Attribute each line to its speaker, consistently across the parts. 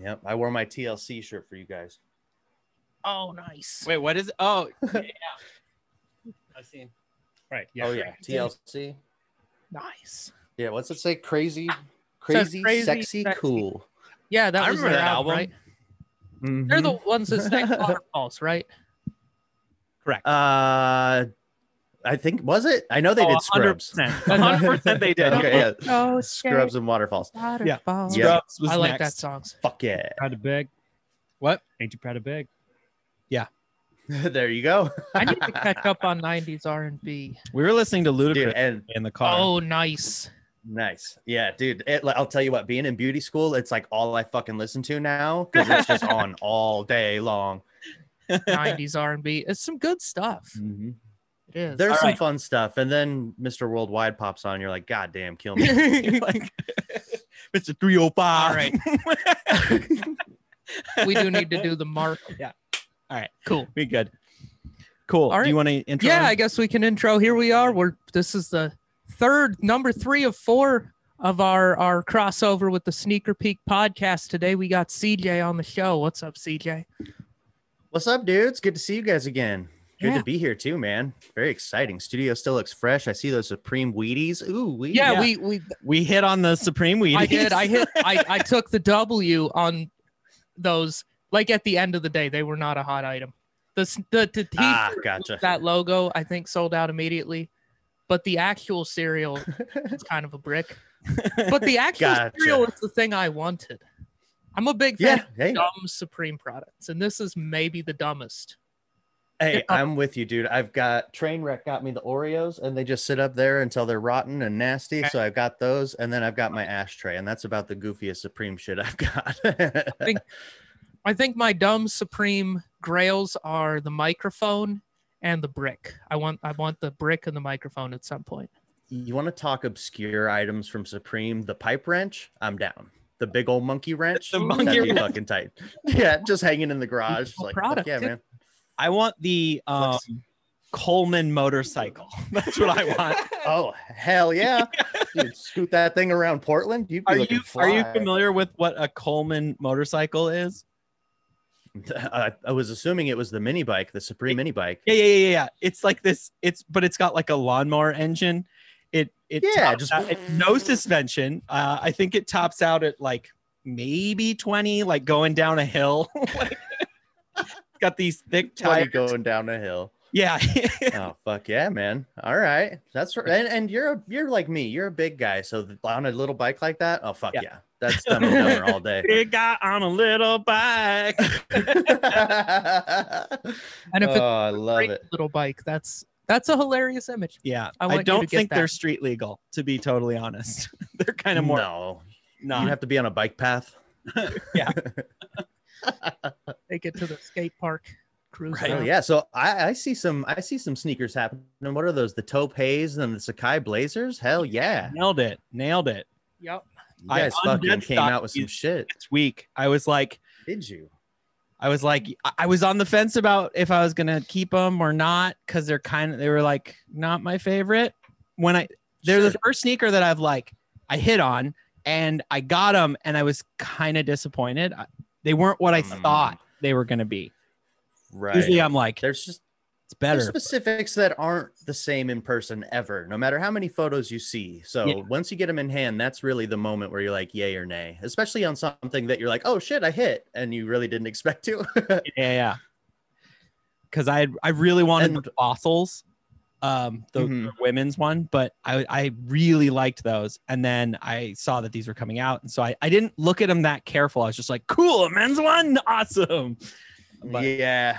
Speaker 1: Yep, I wore my TLC shirt for you guys.
Speaker 2: Oh, nice.
Speaker 3: Wait, what is? Oh, yeah. I've seen.
Speaker 4: Right. Yeah.
Speaker 1: Oh yeah, TLC.
Speaker 2: Nice.
Speaker 1: Yeah, what's it say? Crazy,
Speaker 2: says
Speaker 1: crazy,
Speaker 2: crazy,
Speaker 1: sexy,
Speaker 2: sexy.
Speaker 1: cool.
Speaker 2: Yeah, that
Speaker 3: I
Speaker 2: was
Speaker 3: remember
Speaker 2: their
Speaker 3: that
Speaker 2: album,
Speaker 3: album. Mm-hmm.
Speaker 2: right?
Speaker 4: Mm-hmm.
Speaker 2: They're the ones that sang waterfalls, right?
Speaker 3: Correct.
Speaker 1: Uh, I think was it? I know they
Speaker 2: Oh,
Speaker 1: did Scrubs.
Speaker 2: 100%.
Speaker 4: 100% they did.
Speaker 1: Okay, yeah.
Speaker 2: Oh,
Speaker 1: Scrubs and waterfalls.
Speaker 2: Waterfalls.
Speaker 1: Yeah.
Speaker 4: Scrubs was
Speaker 2: I like that
Speaker 4: next.
Speaker 2: song.
Speaker 1: Fuck yeah!
Speaker 4: Proud to beg.
Speaker 3: What?
Speaker 4: Ain't you proud to beg?
Speaker 1: there you go,
Speaker 2: I need to catch up on '90s R&B.
Speaker 3: We were listening to Ludacris
Speaker 1: dude. And
Speaker 3: in the car.
Speaker 2: Oh, nice.
Speaker 1: nice, yeah, dude. It, like, I'll tell you what, being in beauty school, it's like all I fucking listen to now because it's just on all day long.
Speaker 2: '90s R&B. It's some good stuff.
Speaker 4: Mm-hmm.
Speaker 2: It is.
Speaker 1: There's some
Speaker 3: right.
Speaker 1: fun stuff, and then Mr. Worldwide pops on. You're like, God damn, kill me.
Speaker 3: like, Oh Mr. 305.
Speaker 2: All right. we do need to do the mark.
Speaker 3: Yeah. All right.
Speaker 2: Cool.
Speaker 3: We good. Cool.
Speaker 2: All
Speaker 3: Do
Speaker 2: right.
Speaker 3: you want to intro?
Speaker 2: Yeah,
Speaker 3: him?
Speaker 2: I guess we can intro. Here we are. We're this is the third number three of four of our our crossover with the Sneaker Peek podcast. Today we got CJ on the show. What's up, CJ?
Speaker 1: What's up, dudes? Good to see you guys again. Good
Speaker 2: Yeah.
Speaker 1: to be here too, man. Very exciting. Studio still looks fresh. I see those Supreme Wheaties. Ooh, we
Speaker 2: Yeah,
Speaker 3: Yeah.
Speaker 2: we we
Speaker 3: we hit on the Supreme Weed.
Speaker 2: I did. I hit I, I took the W on those like at the end of the day, they were not a hot item. The s- the, the t-shirt
Speaker 1: Ah,
Speaker 2: with
Speaker 1: gotcha.
Speaker 2: that logo I think sold out immediately. But the actual cereal is kind of a brick. But the actual
Speaker 1: Gotcha.
Speaker 2: cereal is the thing I wanted. I'm a big fan
Speaker 1: Yeah, hey,
Speaker 2: dumb Supreme products, and this is maybe the dumbest.
Speaker 1: hey, I'm with you, dude. I've got Trainwreck got me the Oreos, and they just sit up there until they're rotten and nasty. So I've got those, and then I've got my ashtray, and that's about the goofiest Supreme shit I've got.
Speaker 2: think- I think my dumb Supreme grails are the microphone and the brick. I want I want the brick and the microphone at some point.
Speaker 1: you want to talk obscure items from Supreme? The pipe wrench, I'm down. The big old monkey wrench,
Speaker 3: The
Speaker 1: that'd
Speaker 3: monkey
Speaker 1: be
Speaker 3: wrench.
Speaker 1: fucking tight. Yeah, just hanging in the garage, just like fuck
Speaker 2: Product,
Speaker 1: yeah,
Speaker 2: dude.
Speaker 1: man.
Speaker 3: I want the um, Coleman motorcycle. That's what I want.
Speaker 1: Oh hell yeah! Dude, scoot that thing around Portland. You'd be
Speaker 3: Are
Speaker 1: looking
Speaker 3: you are you
Speaker 1: fly.
Speaker 3: familiar with what a Coleman motorcycle is?
Speaker 1: I, I was assuming it was the mini bike, the Supreme mini bike.
Speaker 3: Yeah, yeah, yeah, yeah, yeah. It's like this. It's but it's got like a lawnmower engine. It it
Speaker 1: Yeah,
Speaker 3: tops
Speaker 1: just-
Speaker 3: out- it- no suspension. Uh, I think it tops out at like maybe twenty, like going down a hill. Like, got these thick
Speaker 1: Why
Speaker 3: tires.
Speaker 1: you going down a hill?
Speaker 3: Yeah,
Speaker 1: Oh fuck yeah, man! All right, that's right. And, and you're a, you're like me. You're a big guy, so th- on a little bike like that, oh fuck
Speaker 3: Yeah.
Speaker 1: yeah, that's thumb and dumber all day.
Speaker 3: big guy on a little bike.
Speaker 2: And if
Speaker 1: oh,
Speaker 2: it's
Speaker 1: I love
Speaker 2: Great
Speaker 1: it.
Speaker 2: little bike. That's that's a hilarious image.
Speaker 3: Yeah,
Speaker 2: I
Speaker 3: I,
Speaker 2: want you to
Speaker 3: don't
Speaker 2: get
Speaker 3: think they're
Speaker 2: that.
Speaker 3: street legal. To be totally honest, they're kind of more
Speaker 1: No,
Speaker 3: not.
Speaker 1: you have to be on a bike path.
Speaker 2: Take it to the skate park, cruise.
Speaker 3: Right.
Speaker 1: Oh
Speaker 2: around.
Speaker 1: yeah, so I, I see some I see some sneakers happening. What are those? The Topays and the Sakai Blazers? Hell yeah!
Speaker 3: Nailed it. Nailed it.
Speaker 2: Yep.
Speaker 1: You
Speaker 3: I
Speaker 1: guys fucking
Speaker 3: undead
Speaker 1: came
Speaker 3: stock
Speaker 1: out with some
Speaker 3: these-
Speaker 1: shit.
Speaker 3: It's weak. I was like,
Speaker 1: Did you?
Speaker 3: I was like, I- I was on the fence about if I was gonna keep them or not because they're kind of they were like not my favorite. When I they're the
Speaker 1: Sure.
Speaker 3: first sneaker that I've like I hit on and I got them and I was kind of disappointed. I, they weren't what I
Speaker 1: Mm.
Speaker 3: thought they were gonna be.
Speaker 1: Right.
Speaker 3: Usually I'm like
Speaker 1: there's just
Speaker 3: it's
Speaker 1: there's
Speaker 3: better.
Speaker 1: specifics that aren't the same in person ever, no matter how many photos you see. So
Speaker 3: Yeah.
Speaker 1: once you get them in hand, that's really the moment where you're like, yay or nay, especially on something that you're like, oh shit, I hit, and you really didn't expect to.
Speaker 3: Yeah, yeah. Because I I really wanted the
Speaker 1: And-
Speaker 3: fossils, um, the, the women's one, but I I really liked those, and then I saw that these were coming out, and so I I didn't look at them that careful. I was just like, cool, a men's one, awesome. But-
Speaker 1: yeah.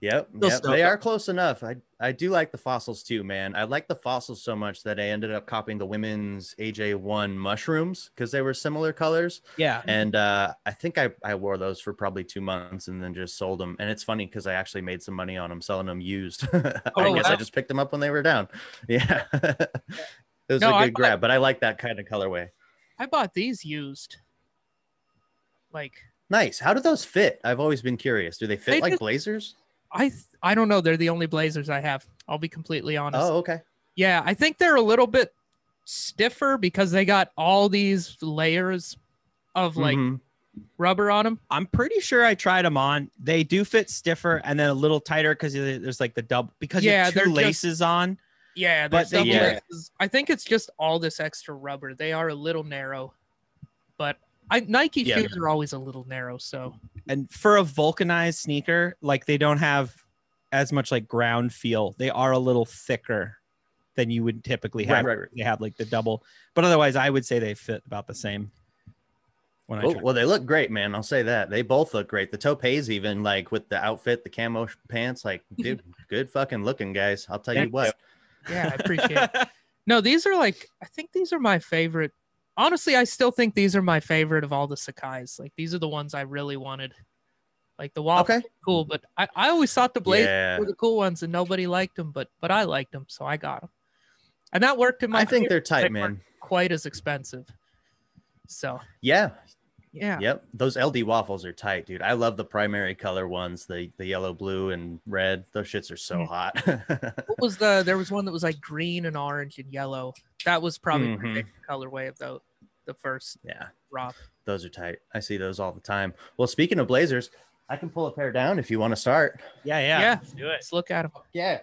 Speaker 1: Yep,
Speaker 3: Still
Speaker 1: yep.
Speaker 3: snow.
Speaker 1: they are close enough. I, I do like the fossils too, man. I like the fossils so much that I ended up copying the women's AJ1 mushrooms because they were similar colors.
Speaker 3: Yeah,
Speaker 1: and uh, I think I, I wore those for probably two months and then just sold them. And it's funny because I actually made some money on them selling them used. I
Speaker 2: Oh,
Speaker 1: guess
Speaker 2: wow.
Speaker 1: I just picked them up when they were down. Yeah, it was
Speaker 2: No,
Speaker 1: a
Speaker 2: I
Speaker 1: good grab, but I like that kind of colorway.
Speaker 2: I bought these used. Like
Speaker 1: Nice. How do those fit? I've always been curious. Do they fit
Speaker 2: They
Speaker 1: like
Speaker 2: just-
Speaker 1: blazers?
Speaker 2: I th- I don't know. They're the only Blazers I have. I'll be completely honest.
Speaker 1: Oh, okay.
Speaker 2: Yeah, I think they're a little bit stiffer because they got all these layers of like
Speaker 1: Mhm.
Speaker 2: rubber on them?
Speaker 3: I'm pretty sure I tried them on. They do fit stiffer and then a little tighter because there's like the double because
Speaker 2: Yeah,
Speaker 3: yeah, you
Speaker 2: they're
Speaker 3: have two
Speaker 2: just-
Speaker 3: laces on.
Speaker 2: Yeah,
Speaker 3: But
Speaker 2: there's
Speaker 3: they-
Speaker 2: double
Speaker 1: yeah.
Speaker 2: laces. I think it's just all this extra rubber. They are a little narrow, but I Nike
Speaker 1: Yeah.
Speaker 2: shoes are always a little narrow. So
Speaker 3: And for a vulcanized sneaker, like they don't have as much like ground feel. They are a little thicker than you would typically have.
Speaker 1: Right, right, right.
Speaker 3: They have like the double, but otherwise, I would say they fit about the same. When I
Speaker 1: Oh,
Speaker 3: tried.
Speaker 1: well, they look great, man. I'll say that. They both look great. The topes, even like with the outfit, the camo sh- pants, like, dude, good fucking looking, guys. I'll tell you
Speaker 3: Thank
Speaker 1: what.
Speaker 2: yeah, I appreciate. it. No, these are like I think these are my favorite. Honestly, I still think these are my favorite of all the Sakai's. Like these are the ones I really wanted. Like the waffle,
Speaker 1: Okay.
Speaker 2: cool, but I, I always thought the blaze
Speaker 1: Yeah.
Speaker 2: were the cool ones, and nobody liked them, but but I liked them, so I got them, and that worked in
Speaker 1: I
Speaker 2: my.
Speaker 1: think
Speaker 2: favor.
Speaker 1: they're
Speaker 2: They
Speaker 1: tight,
Speaker 2: weren't
Speaker 1: man.
Speaker 2: quite as expensive. So
Speaker 1: Yeah.
Speaker 2: yeah,
Speaker 1: Yep. Those LD waffles are tight, dude. I love the primary color ones, the the yellow, blue, and red. Those shits are so
Speaker 2: Mhm.
Speaker 1: hot.
Speaker 2: what was the? There was one that was like green and orange and yellow. That was probably
Speaker 1: Mhm.
Speaker 2: my favorite colorway of the the first
Speaker 1: yeah.
Speaker 2: drop.
Speaker 1: Those are tight. I see those all the time. Well, speaking of blazers, I can pull a pair down if you want to start.
Speaker 3: yeah,
Speaker 2: Yeah,
Speaker 3: yeah,
Speaker 4: Do it.
Speaker 2: let's look at him.
Speaker 1: Yeah.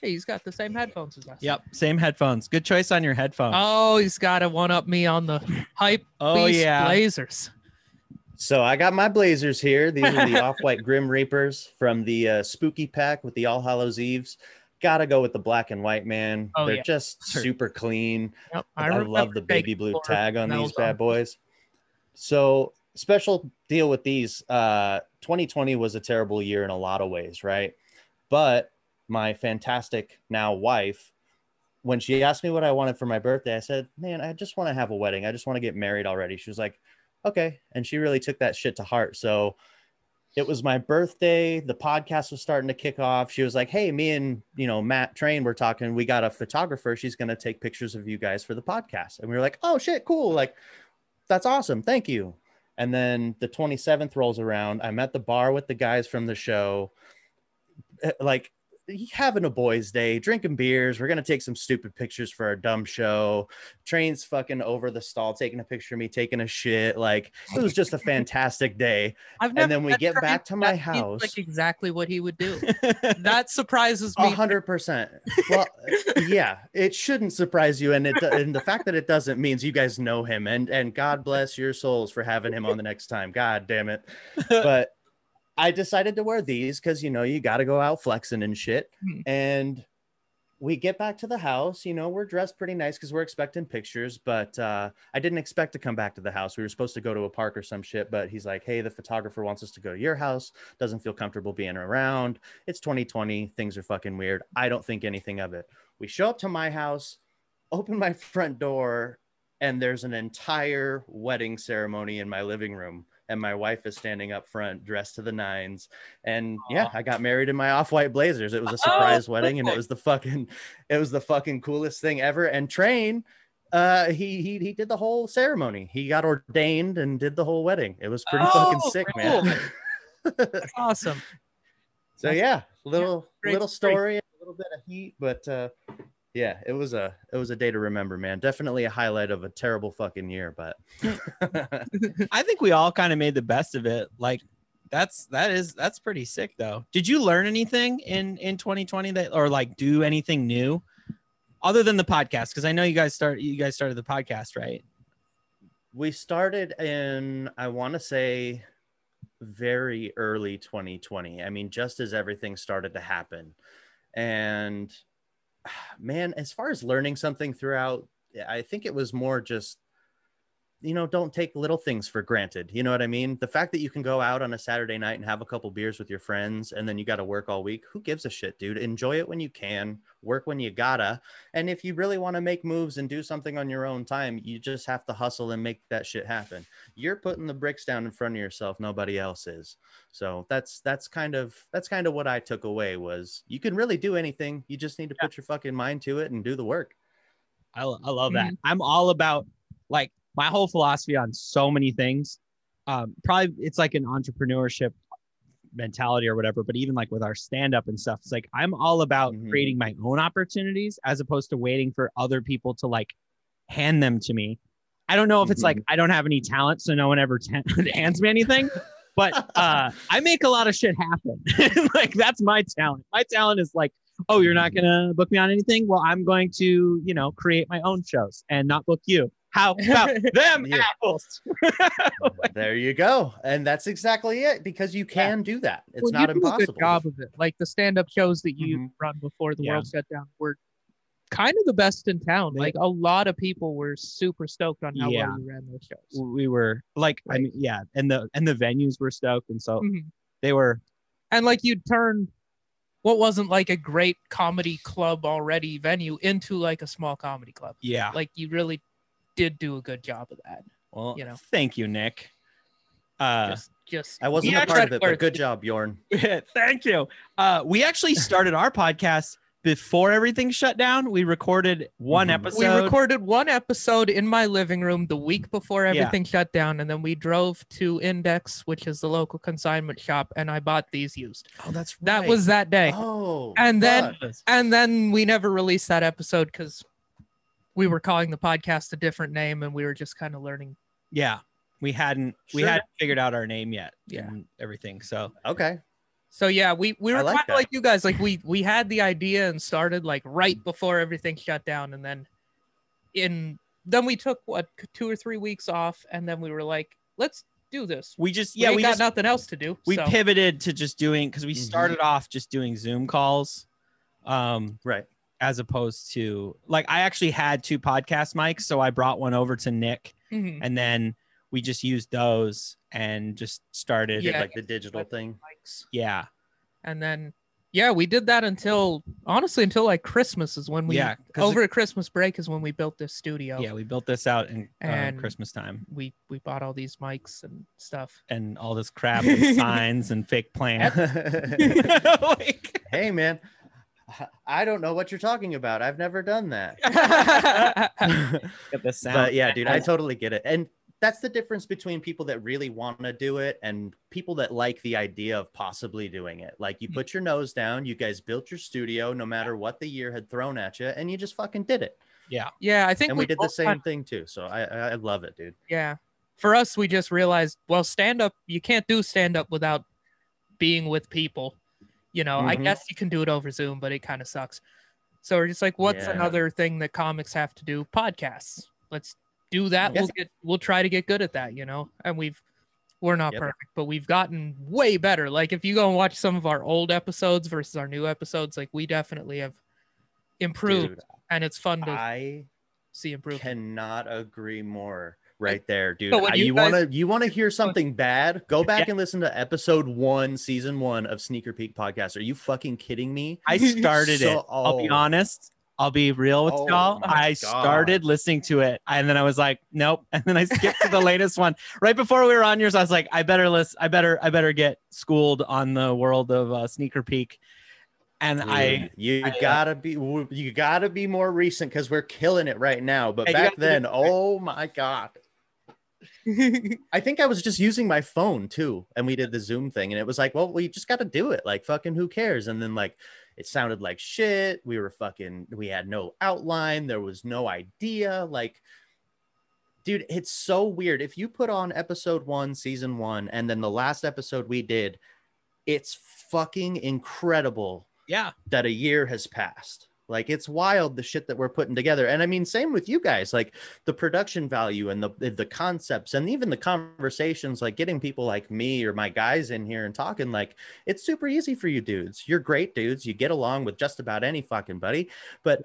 Speaker 2: Hey, he's got the same headphones as us.
Speaker 3: Yep, same headphones. Good choice on your headphones.
Speaker 2: Oh, he's got to one up me on the hype.
Speaker 3: oh
Speaker 2: beast
Speaker 3: yeah.
Speaker 2: Blazers.
Speaker 1: So I got my blazers here. These are the off-white Grim Reapers from the uh, Spooky Pack with the All Hallows Eves. Gotta go with the black and white, man.
Speaker 2: Oh,
Speaker 1: They're
Speaker 2: yeah.
Speaker 1: just
Speaker 3: Sure.
Speaker 1: super clean.
Speaker 2: Yep,
Speaker 1: I, love
Speaker 2: remember
Speaker 1: the baby
Speaker 2: taking
Speaker 1: blue
Speaker 2: four
Speaker 1: tag on
Speaker 2: medals
Speaker 1: these bad boys. So special deal with these. Uh, 2020 was a terrible year in a lot of ways, right? But my fantastic now wife, when she asked me what I wanted for my birthday, I said, "Man, I just want to have a wedding. I just want to get married already." She was like, "Okay," and she really took that shit to heart. So it was my birthday. The podcast was starting to kick off. She was like, "Hey, me and you know Matt Train were talking. We got a photographer. She's gonna take pictures of you guys for the podcast." And we were like, "Oh shit, cool! Like, that's awesome. Thank you." And then the 27th rolls around. I'm at the bar with the guys from the show, eh, like having a boys' day, drinking beers. We're gonna take some stupid pictures for our dumb show. Train's fucking over the stall, taking a picture of me, taking a shit. Like it was just a fantastic day.
Speaker 2: I've
Speaker 1: And
Speaker 2: never
Speaker 1: then we
Speaker 2: met
Speaker 1: get
Speaker 2: Trey,
Speaker 1: back to
Speaker 2: but
Speaker 1: my
Speaker 2: that seems
Speaker 1: house.
Speaker 2: Like exactly what he would do. that surprises
Speaker 1: A
Speaker 2: me.
Speaker 1: hundred percent. Well, yeah, it shouldn't surprise you, and it and the fact that it doesn't means you guys know him, and and God bless your souls for having him on the next time. God damn it! But I decided to wear these because you know you got to go out flexing and shit,
Speaker 2: Hmm.
Speaker 1: and we get back to the house. You know we're dressed pretty nice because we're expecting pictures, but uh, I didn't expect to come back to the house. We were supposed to go to a park or some shit, but he's like, "Hey, the photographer wants us to go to your house. Doesn't feel comfortable being around." it's 2020 things are fucking weird i don't think anything of it we show up to my house open my front door and there's an entire wedding ceremony in my living room and my wife is standing up front dressed to the nines and yeah i got married in my off-white blazers it was a
Speaker 2: Oh,
Speaker 1: surprise wedding and it
Speaker 2: perfect.
Speaker 1: was the fucking it was the fucking coolest thing ever and train uh he he he did the whole ceremony he got ordained and did the whole wedding it was pretty fucking
Speaker 2: Oh,
Speaker 1: sick
Speaker 2: cool.
Speaker 1: man
Speaker 2: That's awesome.
Speaker 1: so
Speaker 2: That's-
Speaker 1: yeah, little
Speaker 2: great
Speaker 1: little
Speaker 2: story.
Speaker 1: story, a little bit of heat, but uh, yeah, it was a it was a day to remember, man. Definitely a highlight of a terrible fucking year, but
Speaker 3: I think we all kind of made the best of it. Like that's that is that's pretty sick though. Did you learn anything in in 2020 that or like do anything new other than the podcast? Because I know you guys start you guys started the podcast right.
Speaker 1: we started in I want to say very early 2020. I mean, just as everything started to happen, and man, as far as learning something throughout, I think it was more just you know, don't take little things for granted. You know what I mean? The fact that you can go out on a Saturday night and have a couple beers with your friends and then you got to work all week, who gives a shit, dude? Enjoy it when you can, work when you gotta. And if you really want to make moves and do something on your own time, you just have to hustle and make that shit happen. You're putting the bricks down in front of yourself, nobody else is. So that's that's kind of that's kind of what I took away was you can really do anything. You just need to put your fucking mind to it and do the work.
Speaker 3: I, lo- I love that. I'm all about like my whole philosophy on so many things. Um, probably it's like an entrepreneurship mentality or whatever, but even like with our stand up and stuff, it's like I'm all about
Speaker 1: Mhm.
Speaker 3: creating my own opportunities as opposed to waiting for other people to like hand them to me. I don't know if it's like I don't have any talent, so no one ever t- hands me anything. But uh, I make a lot of shit happen. like that's my talent. My talent is like, oh, you're not gonna book me on anything. Well, I'm going to, you know, create my own shows and not book you. How about them
Speaker 1: Yeah.
Speaker 3: apples?
Speaker 2: Oh
Speaker 1: there you go. And that's exactly it because you can do that. It's
Speaker 2: Well,
Speaker 1: not
Speaker 2: you do
Speaker 1: impossible.
Speaker 2: A good job of it. Like the stand-up shows that you
Speaker 1: Mhm.
Speaker 2: run before the
Speaker 3: Yeah.
Speaker 2: world shut down were kind of the best in town.
Speaker 3: They-
Speaker 2: Like a lot of people were super stoked on how
Speaker 3: Yeah.
Speaker 2: well you ran those shows.
Speaker 3: We were like, I mean, yeah, and the and the venues were stoked, and so
Speaker 2: Mhm.
Speaker 3: they were
Speaker 2: And like you'd turn what wasn't like a great comedy club already venue into like a small comedy club.
Speaker 1: Ah.
Speaker 3: yeah.
Speaker 2: Like you really did do a good job of that.
Speaker 3: Well,
Speaker 2: you know.
Speaker 3: thank you, Nick. Uh,
Speaker 2: just just
Speaker 1: Ah. I wasn't
Speaker 2: Yeah,
Speaker 1: a part of
Speaker 2: that
Speaker 1: it, but
Speaker 2: worked.
Speaker 1: good job, Bjorn.
Speaker 3: Thank you. Uh, we actually started our podcast before everything shut down. We recorded one
Speaker 1: Mhm.
Speaker 3: episode.
Speaker 2: we recorded one episode in my living room the week before everything shut down, and then we drove to Index, which is the local consignment shop, and I bought these used.
Speaker 3: oh, that's
Speaker 2: That was that day,
Speaker 1: Oh.
Speaker 2: And then-
Speaker 1: fuck.
Speaker 2: and then we never released that episode because we were calling the podcast a different name, and we were just kind of learning.
Speaker 3: yeah. We hadn't we
Speaker 1: Sure.
Speaker 3: hadn't figured out our name yet.
Speaker 2: Yeah.
Speaker 3: and everything. So
Speaker 1: Okay.
Speaker 2: So yeah, we we
Speaker 1: I
Speaker 2: were
Speaker 1: like
Speaker 2: kind
Speaker 1: that.
Speaker 2: of like you guys, like we we had the idea and started like right before everything shut down, and then in then we took what two or three weeks off, and then we were like, let's do this.
Speaker 3: we just
Speaker 2: yeah,
Speaker 3: yeah
Speaker 2: we,
Speaker 3: we
Speaker 2: got
Speaker 3: just
Speaker 2: nothing else to do.
Speaker 3: we
Speaker 2: so.
Speaker 3: pivoted to just doing because we
Speaker 1: Mhm.
Speaker 3: started off just doing Zoom calls. Um,
Speaker 1: Right.
Speaker 3: as opposed to like I actually had two podcast mics, so I brought one over to Nick
Speaker 2: Mhm.
Speaker 3: and then we just used those and just started
Speaker 1: Did
Speaker 2: Yeah.
Speaker 1: like the digital thing.
Speaker 2: Mics.
Speaker 3: yeah
Speaker 2: and then yeah, we did that until honestly until like Christmas is when we
Speaker 3: yeah 'cause
Speaker 2: over at Christmas break is when we built this studio.
Speaker 3: yeah we built this out in
Speaker 2: And-
Speaker 3: uh, christmas time
Speaker 2: we we bought all these mics and stuff.
Speaker 3: and all this crap and signs and fake plants Like-
Speaker 1: hey, man. I don't know what you're talking about. I've never done that.
Speaker 3: Get the sound.
Speaker 1: but yeah, dude, I totally get it. And that's the difference between people that really want to do it and people that like the idea of possibly doing it. Like you put your nose down, you guys built your studio no matter what the year had thrown at you, and you just fucking did it.
Speaker 2: yeah, I think
Speaker 1: And we did the
Speaker 2: both
Speaker 1: same
Speaker 2: kind-
Speaker 1: thing too. So I I I love it, dude.
Speaker 2: yeah, for us we just realized well stand up you can't do stand up without being with people. You know, I
Speaker 1: Mhm.
Speaker 2: guess you can do it over Zoom, but it kind of sucks. So we're just like, what's
Speaker 1: Yeah.
Speaker 2: another thing that comics have to do? Podcasts. Let's do that. We'll get we'll try to get good at that, you know. And we've we're not
Speaker 1: Yep.
Speaker 2: perfect, but we've gotten way better. Like if you go and watch some of our old episodes versus our new episodes, like we definitely have improved
Speaker 1: Dude,
Speaker 2: and it's fun to
Speaker 1: I
Speaker 2: see improvement.
Speaker 1: cannot agree more right there, dude.
Speaker 2: So when
Speaker 1: I-
Speaker 2: you
Speaker 1: you
Speaker 2: guys-
Speaker 1: want to you want to hear something bad? Go back
Speaker 3: Yeah.
Speaker 1: and listen to episode 1, season 1 of Sneaker Peek podcast. Are you fucking kidding me?
Speaker 3: I started it
Speaker 1: So-
Speaker 3: i'll be
Speaker 1: oh.
Speaker 3: honest i'll be real with
Speaker 1: Oh
Speaker 3: y'all
Speaker 1: my
Speaker 3: i
Speaker 1: God.
Speaker 3: started listening to it and then i was like nope and then i skipped to the latest one right before we were on yours i was like i better list i better i better get schooled on the world of uh, sneaker peek and i
Speaker 1: Dude, you
Speaker 3: I, uh,
Speaker 1: gotta be w- you gotta be more recent because we're killing it right now. But
Speaker 3: Yeah, you
Speaker 1: back
Speaker 3: gotta be
Speaker 1: then, oh my god. I think I was just using my phone too, and we did the Zoom thing, and it was like, well, we just got to do it. Like, fucking, who cares? And then like, it sounded like shit. We were fucking. We had no outline. There was no idea. Like, dude, it's so weird. If you put on episode one, season one, and then the last episode we did, it's fucking incredible
Speaker 3: yeah
Speaker 1: that a year has passed. Like it's wild the shit that we're putting together. And I mean, same with you guys, like the production value and the the concepts and even the conversations, like getting people like me or my guys in here and talking, like it's super easy for you dudes. You're great dudes. You get along with just about any fucking buddy, but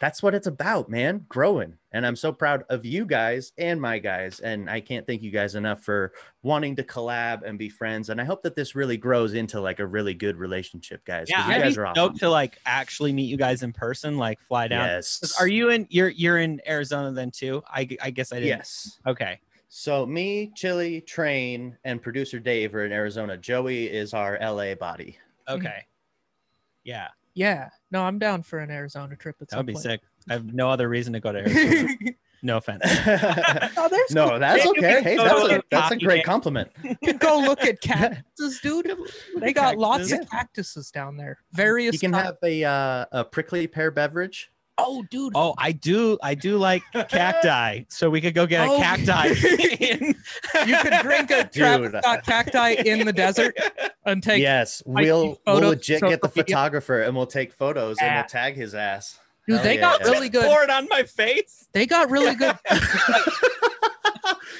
Speaker 1: that's what it's about, man. Growing. And I'm so proud of you guys and my guys. And I can't thank you guys enough for wanting to collab and be friends. And I hope that this really grows into like a really good relationship, guys. 'cause
Speaker 3: yeah
Speaker 1: you
Speaker 3: i'd
Speaker 1: guys
Speaker 3: be
Speaker 1: are awesome.
Speaker 3: stoked to like actually meet you guys in person like fly down
Speaker 1: Yes.
Speaker 3: Are you in? You're you're in Arizona then too? I, I guess I didn't.
Speaker 1: Yes.
Speaker 3: Okay.
Speaker 1: So me, Chili, Train, and producer Dave are in Arizona. Joey is our LA body.
Speaker 3: Okay. Yeah,
Speaker 2: yeah, no, I'm down for an Arizona trip. At
Speaker 3: that
Speaker 2: some
Speaker 3: would be
Speaker 2: point.
Speaker 3: sick. I have no other reason to go to Arizona. no offense.
Speaker 2: oh, there's
Speaker 1: no, that's
Speaker 3: You
Speaker 1: okay.
Speaker 3: can
Speaker 1: Hey,
Speaker 3: go
Speaker 1: that's
Speaker 3: to
Speaker 1: a
Speaker 3: a
Speaker 1: that's a
Speaker 3: hockey
Speaker 1: great
Speaker 3: game.
Speaker 1: compliment.
Speaker 2: you can go look at cactuses, dude. They got lots
Speaker 1: cactuses.
Speaker 2: of cactuses down there. Various.
Speaker 1: You can
Speaker 2: kinds.
Speaker 1: have a uh, a prickly pear beverage.
Speaker 2: Oh, dude.
Speaker 3: Oh, I do. I do like cacti. So we could go get a
Speaker 2: Oh.
Speaker 3: cacti. in-
Speaker 2: You could drink a Travis
Speaker 1: Dude.
Speaker 2: Scott cacti in the desert and take.
Speaker 1: yes,
Speaker 2: I
Speaker 1: we'll
Speaker 2: see
Speaker 1: we'll
Speaker 2: photos,
Speaker 1: legit
Speaker 2: so
Speaker 1: get the
Speaker 2: if we get-
Speaker 1: photographer and we'll take photos and
Speaker 2: Yeah.
Speaker 1: we'll tag his ass.
Speaker 2: Dude,
Speaker 1: Hell
Speaker 2: they
Speaker 1: Oh, yeah.
Speaker 2: got
Speaker 1: Just
Speaker 2: really good.
Speaker 3: Pour it on my face.
Speaker 2: They got really good.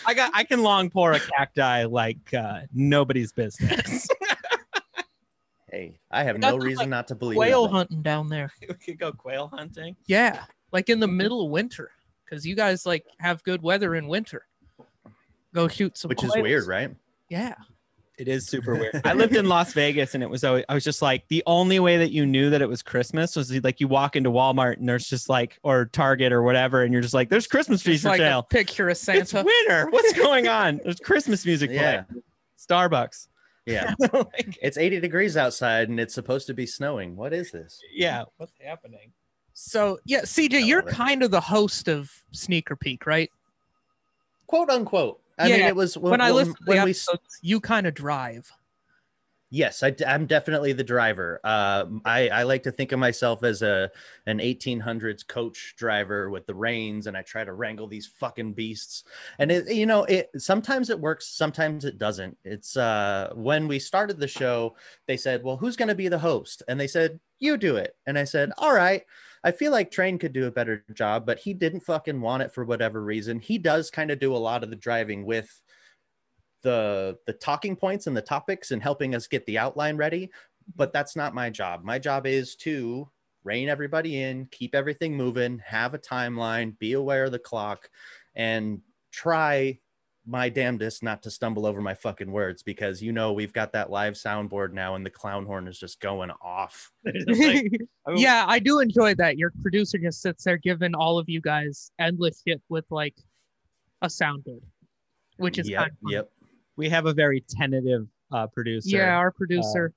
Speaker 3: I got. I can long pour a cacti like uh, nobody's business.
Speaker 1: Hey, I have
Speaker 2: They got
Speaker 1: no
Speaker 2: those,
Speaker 1: reason
Speaker 2: like,
Speaker 1: not to believe. in
Speaker 2: Whale
Speaker 1: them.
Speaker 2: hunting down there.
Speaker 3: we could go quail hunting.
Speaker 2: Yeah, like in the middle of winter, because you guys like have good weather in winter. Go shoot some.
Speaker 1: which is
Speaker 2: quails.
Speaker 1: weird, right?
Speaker 2: Yeah.
Speaker 3: It is super weird. I lived in Las Vegas and it was always, I was just like, the only way that you knew that it was Christmas was like you walk into Walmart and there's just like, or Target or whatever, and you're just like, there's Christmas trees
Speaker 2: It's
Speaker 3: for
Speaker 2: like a
Speaker 3: sale.
Speaker 2: picture of
Speaker 3: It's
Speaker 2: Santa.
Speaker 3: winter. What's going on? There's Christmas music
Speaker 1: Yeah,
Speaker 3: playing. Starbucks.
Speaker 1: yeah.
Speaker 3: Like,
Speaker 1: It's 80 degrees outside and it's supposed to be snowing. What is this?
Speaker 3: yeah. What's happening?
Speaker 2: So yeah, CJ,
Speaker 1: love
Speaker 2: you're
Speaker 1: it.
Speaker 2: kind of the host of Sneaker Peek, right?
Speaker 1: Quote unquote. I mean,
Speaker 2: Yeah,
Speaker 1: it was when,
Speaker 2: When, I
Speaker 1: when-
Speaker 2: listen to the
Speaker 1: when we
Speaker 2: episodes, you kind of drive.
Speaker 1: Yes, I, am definitely the driver. Uh, I, I like to think of myself as a an 1800s coach driver with the reins, and I try to wrangle these fucking beasts. And it, you know, it sometimes it works, sometimes it doesn't. It's uh, when we started the show, they said, "Well, who's going to be the host?" And they said, "You do it." And I said, "All right." I feel like Train could do a better job, but he didn't fucking want it for whatever reason. He does kind of do a lot of the driving with the the talking points and the topics and helping us get the outline ready but that's not my job my job is to rein everybody in keep everything moving have a timeline be aware of the clock and try my damnedest not to stumble over my fucking words because you know we've got that live soundboard now and the clown horn is just going off
Speaker 3: I mean-
Speaker 2: yeah, I do enjoy that. Your producer just sits there giving all of you guys endless shit with like a soundboard, which is
Speaker 1: yep
Speaker 2: kind of fun.
Speaker 1: yep
Speaker 3: We have a very tentative uh, producer.
Speaker 2: yeah, our producer.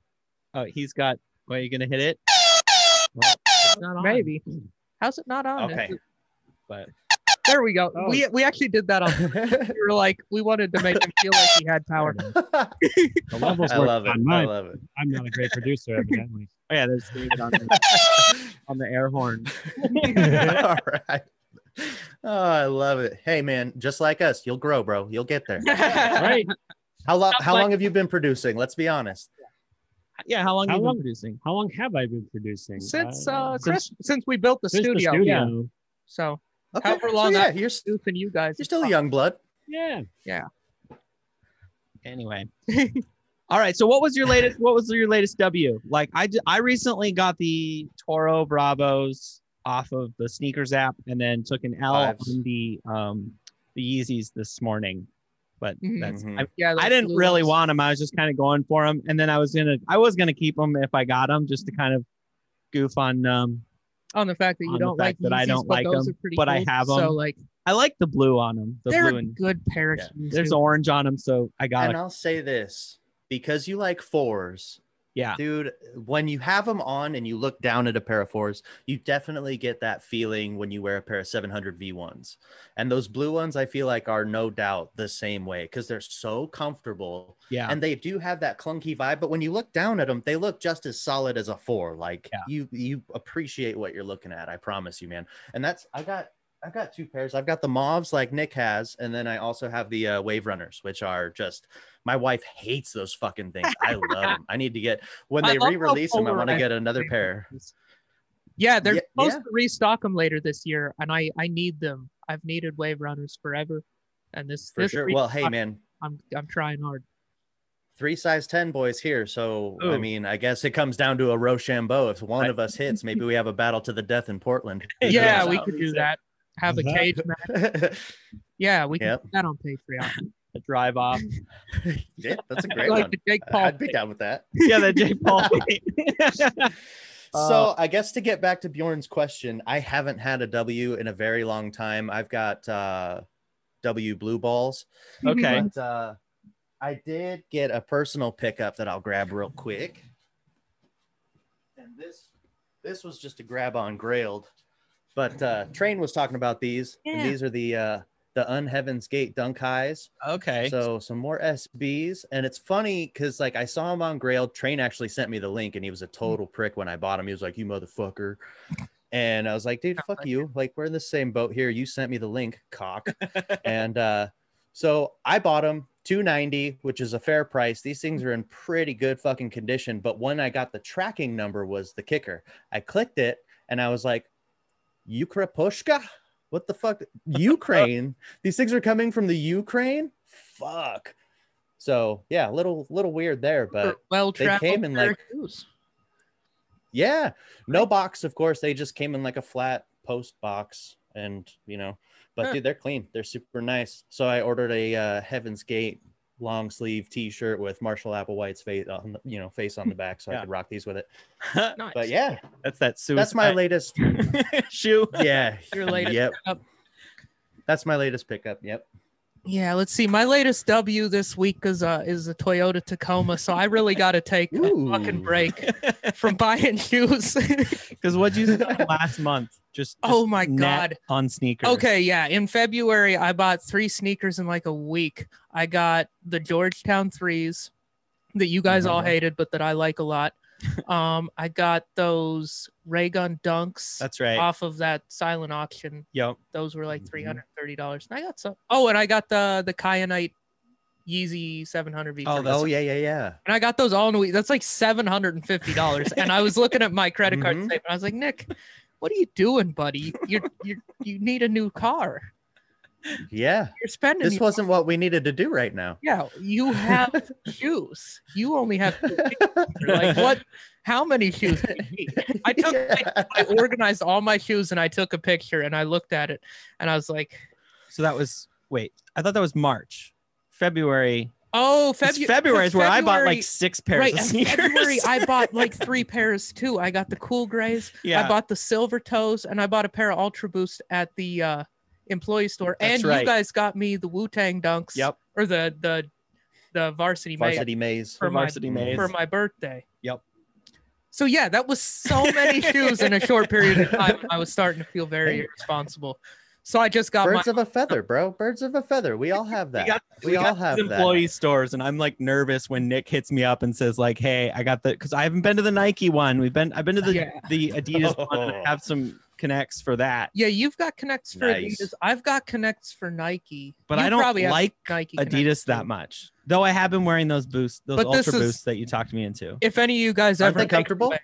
Speaker 3: Oh, he's got, well, are you going to hit it?
Speaker 2: It's
Speaker 4: Uh,
Speaker 2: not on. Maybe. How's it not on?
Speaker 1: Okay.
Speaker 2: Is it-
Speaker 3: But-
Speaker 2: there we go.
Speaker 4: Oh.
Speaker 2: We we actually did that on. we were like, we wanted to make him feel like he had power.
Speaker 4: The levels
Speaker 1: i
Speaker 4: work
Speaker 1: love it
Speaker 4: on
Speaker 1: i
Speaker 4: mine.
Speaker 1: love it
Speaker 4: I'm not a great producer, evidently.
Speaker 3: Oh, yeah. There's David on the, on the air horn.
Speaker 1: All right. Oh, I love it. Hey, man, just like us, you'll grow, bro. You'll get there.
Speaker 3: Right.
Speaker 1: How long?
Speaker 2: Sounds
Speaker 1: How
Speaker 2: like-
Speaker 1: long have you been producing? Let's be honest.
Speaker 3: Yeah. How long
Speaker 4: How
Speaker 3: have you
Speaker 4: long-
Speaker 3: been producing?
Speaker 4: How long have I been producing?
Speaker 2: since uh,
Speaker 4: since-
Speaker 2: Chris, since we built the
Speaker 4: since
Speaker 2: studio,
Speaker 4: The
Speaker 2: yeah.
Speaker 4: studio.
Speaker 2: So
Speaker 1: Okay.
Speaker 2: However
Speaker 1: so
Speaker 2: long
Speaker 1: yeah,
Speaker 2: I've
Speaker 1: you're s-
Speaker 2: Snoop and you guys,
Speaker 1: you're still a young blood.
Speaker 4: Yeah.
Speaker 3: anyway all right so what was your latest what was your latest w like i ju- i recently got the toro bravos off of the sneakers app and then took an l
Speaker 1: Fives.
Speaker 3: on the um the yeezys this morning but
Speaker 2: Mhm.
Speaker 3: that's
Speaker 1: Mhm.
Speaker 3: I,
Speaker 2: Yeah,
Speaker 3: I
Speaker 2: those
Speaker 3: didn't
Speaker 2: blue
Speaker 3: really
Speaker 2: ones.
Speaker 3: want them i was just kind of going for them and then i was gonna i was gonna keep them if i got them just to kind of goof on um
Speaker 2: on the fact that
Speaker 3: on
Speaker 2: you
Speaker 3: the
Speaker 2: don't like
Speaker 3: fact that I
Speaker 2: Yeezys,
Speaker 3: don't
Speaker 2: but
Speaker 3: like
Speaker 2: those
Speaker 3: them,
Speaker 2: are pretty
Speaker 3: but I
Speaker 2: cool.
Speaker 3: have
Speaker 2: So
Speaker 3: them.
Speaker 2: like
Speaker 3: i like the blue on them the
Speaker 2: they're
Speaker 3: blue
Speaker 2: a
Speaker 3: and
Speaker 2: good pair of
Speaker 1: Yeah.
Speaker 2: shoes.
Speaker 3: there's
Speaker 2: dude.
Speaker 3: orange on them so i got
Speaker 1: And
Speaker 3: it
Speaker 1: I'll say this because you like fours,
Speaker 3: yeah
Speaker 1: dude. When you have them on and you look down at a pair of fours, you definitely get that feeling when you wear a pair of 700 V1s. And those blue ones, I feel like, are no doubt the same way because they're so comfortable.
Speaker 3: yeah
Speaker 1: and they do have that clunky vibe but when you look down at them they look just as solid as a four like
Speaker 3: Yeah.
Speaker 1: you you appreciate what you're looking at i promise you man and that's i got i've got two pairs i've got the mauves like nick has and then i also have the uh, wave runners which are just my wife hates those fucking things i love them i need to get when
Speaker 2: I
Speaker 1: they
Speaker 2: love how
Speaker 1: re-release them i want to
Speaker 2: polarized
Speaker 1: get another
Speaker 2: they
Speaker 1: pair
Speaker 2: Yeah, they're
Speaker 1: Yeah,
Speaker 2: supposed
Speaker 1: yeah.
Speaker 2: to restock them later this year, and I I need them. I've needed Wave Runners forever, and this
Speaker 1: for
Speaker 2: this
Speaker 1: sure
Speaker 2: re-
Speaker 1: well hey
Speaker 2: I'm-
Speaker 1: man
Speaker 2: I'm I'm trying hard.
Speaker 1: three size 10 boys here so i
Speaker 3: Ooh.
Speaker 1: mean i guess it comes down to a rochambeau if one
Speaker 3: Right.
Speaker 1: of us hits maybe we have a battle to the death in portland Who
Speaker 2: Yeah,
Speaker 1: knows?
Speaker 2: we
Speaker 3: out.
Speaker 2: could do that. Have a
Speaker 4: Uh-huh.
Speaker 2: cage match. Yeah, we can
Speaker 1: Yep.
Speaker 2: put that on Patreon.
Speaker 3: the drive off
Speaker 1: yeah, that's a great
Speaker 2: like
Speaker 1: one.
Speaker 2: the Jake Paul.
Speaker 1: I'd be down with that.
Speaker 3: yeah, the Jake Paul.
Speaker 2: Uh,
Speaker 1: so I guess to get back to Bjorn's question, I haven't had a W in a very long time. I've got uh, W blue balls,
Speaker 3: okay.
Speaker 1: but uh, I did get a personal pickup that I'll grab real quick. And this this was just a grab on Grailed, but uh, Train was talking about these.
Speaker 2: Yeah.
Speaker 1: And these are the uh, the Unheaven's Gate dunk highs.
Speaker 3: okay.
Speaker 1: So some more SBs, and it's funny because like I saw him
Speaker 3: Mm-hmm.
Speaker 1: on Grail. Train actually sent me the link, and he was a total prick when I bought him. He was like, "You motherfucker," And I was like, dude,
Speaker 3: Sounds
Speaker 1: fuck
Speaker 3: like
Speaker 1: you. Like, we're in the same boat here. You sent me the link, cock. and uh, so I bought them 290, which is a fair price. These things are in pretty good fucking condition. But when I got the tracking number was the kicker. I clicked it and I was like, Ukraposhka? What the fuck? Ukraine? These things are coming from the Ukraine? Fuck. So yeah, little little weird there, but
Speaker 2: well
Speaker 1: came in, like- yeah, no box, of course. They just came in like a flat post box, and you know, but
Speaker 2: Huh.
Speaker 1: dude, they're clean. They're super nice. So I ordered a uh, Heaven's Gate long sleeve T-shirt with Marshall Applewhite's face on, the, you know, face on the back, so I
Speaker 3: Yeah.
Speaker 1: could rock these with it.
Speaker 2: nice.
Speaker 1: But yeah,
Speaker 3: That's that suicide
Speaker 1: that's my latest.
Speaker 3: shoe.
Speaker 1: Yeah,
Speaker 2: Your latest
Speaker 1: Yep,
Speaker 2: pickup.
Speaker 1: that's my latest pickup. Yep.
Speaker 2: Yeah, let's see. My latest W this week is a is a Toyota Tacoma, so I really got to take a fucking
Speaker 1: Ooh.
Speaker 2: break from buying shoes.
Speaker 3: Because what'd you spend last month? Just, just
Speaker 2: oh my
Speaker 3: net
Speaker 2: god.
Speaker 3: on sneakers.
Speaker 2: Okay, yeah. In February, I bought three sneakers in like a week. I got the Georgetown threes that you guys all
Speaker 1: Mhm.
Speaker 2: hated, but that I like a lot. Um, I got those Raygun Dunks
Speaker 3: that's right.
Speaker 2: off of that silent auction.
Speaker 3: Yep.
Speaker 2: Those were
Speaker 3: Mm-hmm.
Speaker 2: like
Speaker 1: Mhm.
Speaker 2: three hundred thirty dollars. And I got some. Oh, and I got the the Kyanite Yeezy seven hundred V.
Speaker 3: Oh, that's-
Speaker 1: Oh yeah, yeah, yeah.
Speaker 2: And I got those all in a week. That's like seven hundred and fifty dollars. and I was looking at my credit card
Speaker 3: Mm-hmm.
Speaker 1: Mhm.
Speaker 2: statement. I was like, Nick, what are you doing, buddy? You you you need a new car.
Speaker 1: Yeah,
Speaker 2: You're spending.
Speaker 1: this wasn't what we needed to do right now.
Speaker 2: yeah, you have shoes. You only have two shoes. You're like what? How many shoes? do you need? I took. I, I organized all my shoes and I took a picture and I looked at it and I was like,
Speaker 3: So that was wait. I thought that was March. February.
Speaker 2: oh,
Speaker 3: 'Cause
Speaker 2: Febu-
Speaker 3: February is where I bought
Speaker 2: February-
Speaker 3: like six pairs
Speaker 2: right,
Speaker 3: of
Speaker 2: and
Speaker 3: sneakers.
Speaker 2: February, I bought like three pairs too. I got the cool grays,
Speaker 3: yeah.
Speaker 2: I bought the silver toes, and I bought a pair of Ultra Boost at the uh, employee store.
Speaker 3: That's
Speaker 2: and
Speaker 3: right.
Speaker 2: you guys got me the Wu Tang dunks.
Speaker 3: Yep.
Speaker 2: Or the the the varsity, Maze
Speaker 1: Varsity Maze.
Speaker 2: for
Speaker 3: the
Speaker 2: my-
Speaker 3: varsity maze.
Speaker 2: for my birthday.
Speaker 3: Yep.
Speaker 2: So yeah, that was so many shoes in a short period of time. and I was starting to feel very irresponsible. So I just got
Speaker 1: Birds
Speaker 2: my
Speaker 1: of a feather, bro. Birds of a feather. We all have that.
Speaker 3: got-
Speaker 1: We,
Speaker 3: we
Speaker 1: all
Speaker 3: got
Speaker 1: have
Speaker 3: these
Speaker 1: that.
Speaker 3: employee stores, and I'm like nervous when Nick hits me up and says like, "Hey, I got the," because I haven't been to the Nike one. We've been, I've been to the
Speaker 2: Yeah.
Speaker 3: the Adidas
Speaker 1: Oh.
Speaker 3: one. and I have some connects for that,
Speaker 2: yeah. You've got connects for
Speaker 1: Nice.
Speaker 2: Adidas. I've got connects for Nike.
Speaker 3: but
Speaker 2: You
Speaker 3: I don't
Speaker 2: probably have
Speaker 3: like
Speaker 2: Nike
Speaker 3: Adidas
Speaker 2: connects,
Speaker 3: that
Speaker 2: too.
Speaker 3: much. Though I have been wearing those boosts, those
Speaker 2: But this
Speaker 3: ultra
Speaker 2: is-
Speaker 3: boosts that you talked me into.
Speaker 2: If any of you guys
Speaker 1: Aren't
Speaker 2: ever
Speaker 1: they
Speaker 2: make
Speaker 1: comfortable?
Speaker 2: it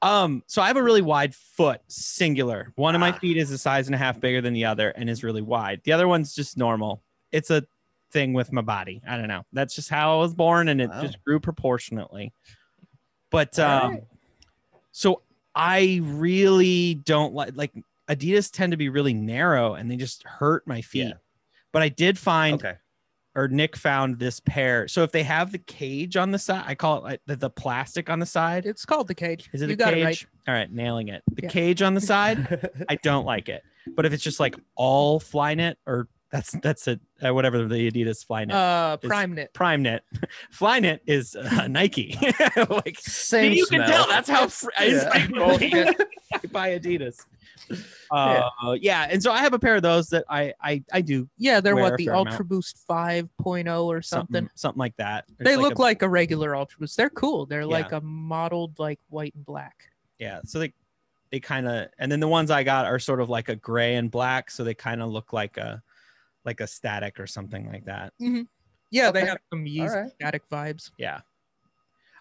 Speaker 3: Um, so I have a really wide foot, singular. One of
Speaker 1: Ah.
Speaker 3: my feet is a size and a half bigger than the other and is really wide. The other one's just normal. It's a thing with my body. I don't know. That's just how I was born and it
Speaker 1: Wow.
Speaker 3: just grew proportionately. But
Speaker 1: All
Speaker 3: um
Speaker 1: right.
Speaker 3: so I really don't like like Adidas tend to be really narrow and they just hurt my feet.
Speaker 1: Yeah.
Speaker 3: But I did find
Speaker 1: Okay.
Speaker 3: or Nick found this pair. So if they have the cage on the side, I call it like the, the plastic on the side.
Speaker 2: It's called the cage.
Speaker 3: Is it
Speaker 2: you
Speaker 3: a
Speaker 2: got
Speaker 3: cage?
Speaker 2: it right.
Speaker 3: All right, nailing it. The
Speaker 2: Yeah.
Speaker 3: cage on the side, I don't like it. But if it's just like all Flynet or that's that's it, uh, whatever the Adidas Flynet,
Speaker 2: Uh,
Speaker 3: It's-
Speaker 2: prime knit.
Speaker 3: PrimeNet, Flynet is uh, Nike. like
Speaker 1: Same
Speaker 3: you
Speaker 1: smell.
Speaker 3: can tell that's how fr-
Speaker 1: Yeah.
Speaker 3: insightful I buy Adidas. Uh, yeah. and so I have a pair of those that I I, I do
Speaker 2: Yeah, they're
Speaker 3: Wear
Speaker 2: what
Speaker 3: a
Speaker 2: the
Speaker 3: fair amount.
Speaker 2: Ultra Boost 5.0 or
Speaker 3: something
Speaker 2: something.
Speaker 3: something, like that. It's
Speaker 2: they
Speaker 3: like
Speaker 2: look
Speaker 3: a-
Speaker 2: like a regular Ultra Boost. They're cool. They're
Speaker 3: Yeah.
Speaker 2: like a modeled like white and black.
Speaker 3: yeah, so they they kind of and then the ones I got are sort of like a gray and black, so they kind of look like a like a static or something like that.
Speaker 2: Yeah, they
Speaker 1: Okay.
Speaker 2: have some Yeezy
Speaker 1: right.
Speaker 2: static vibes.
Speaker 3: Yeah.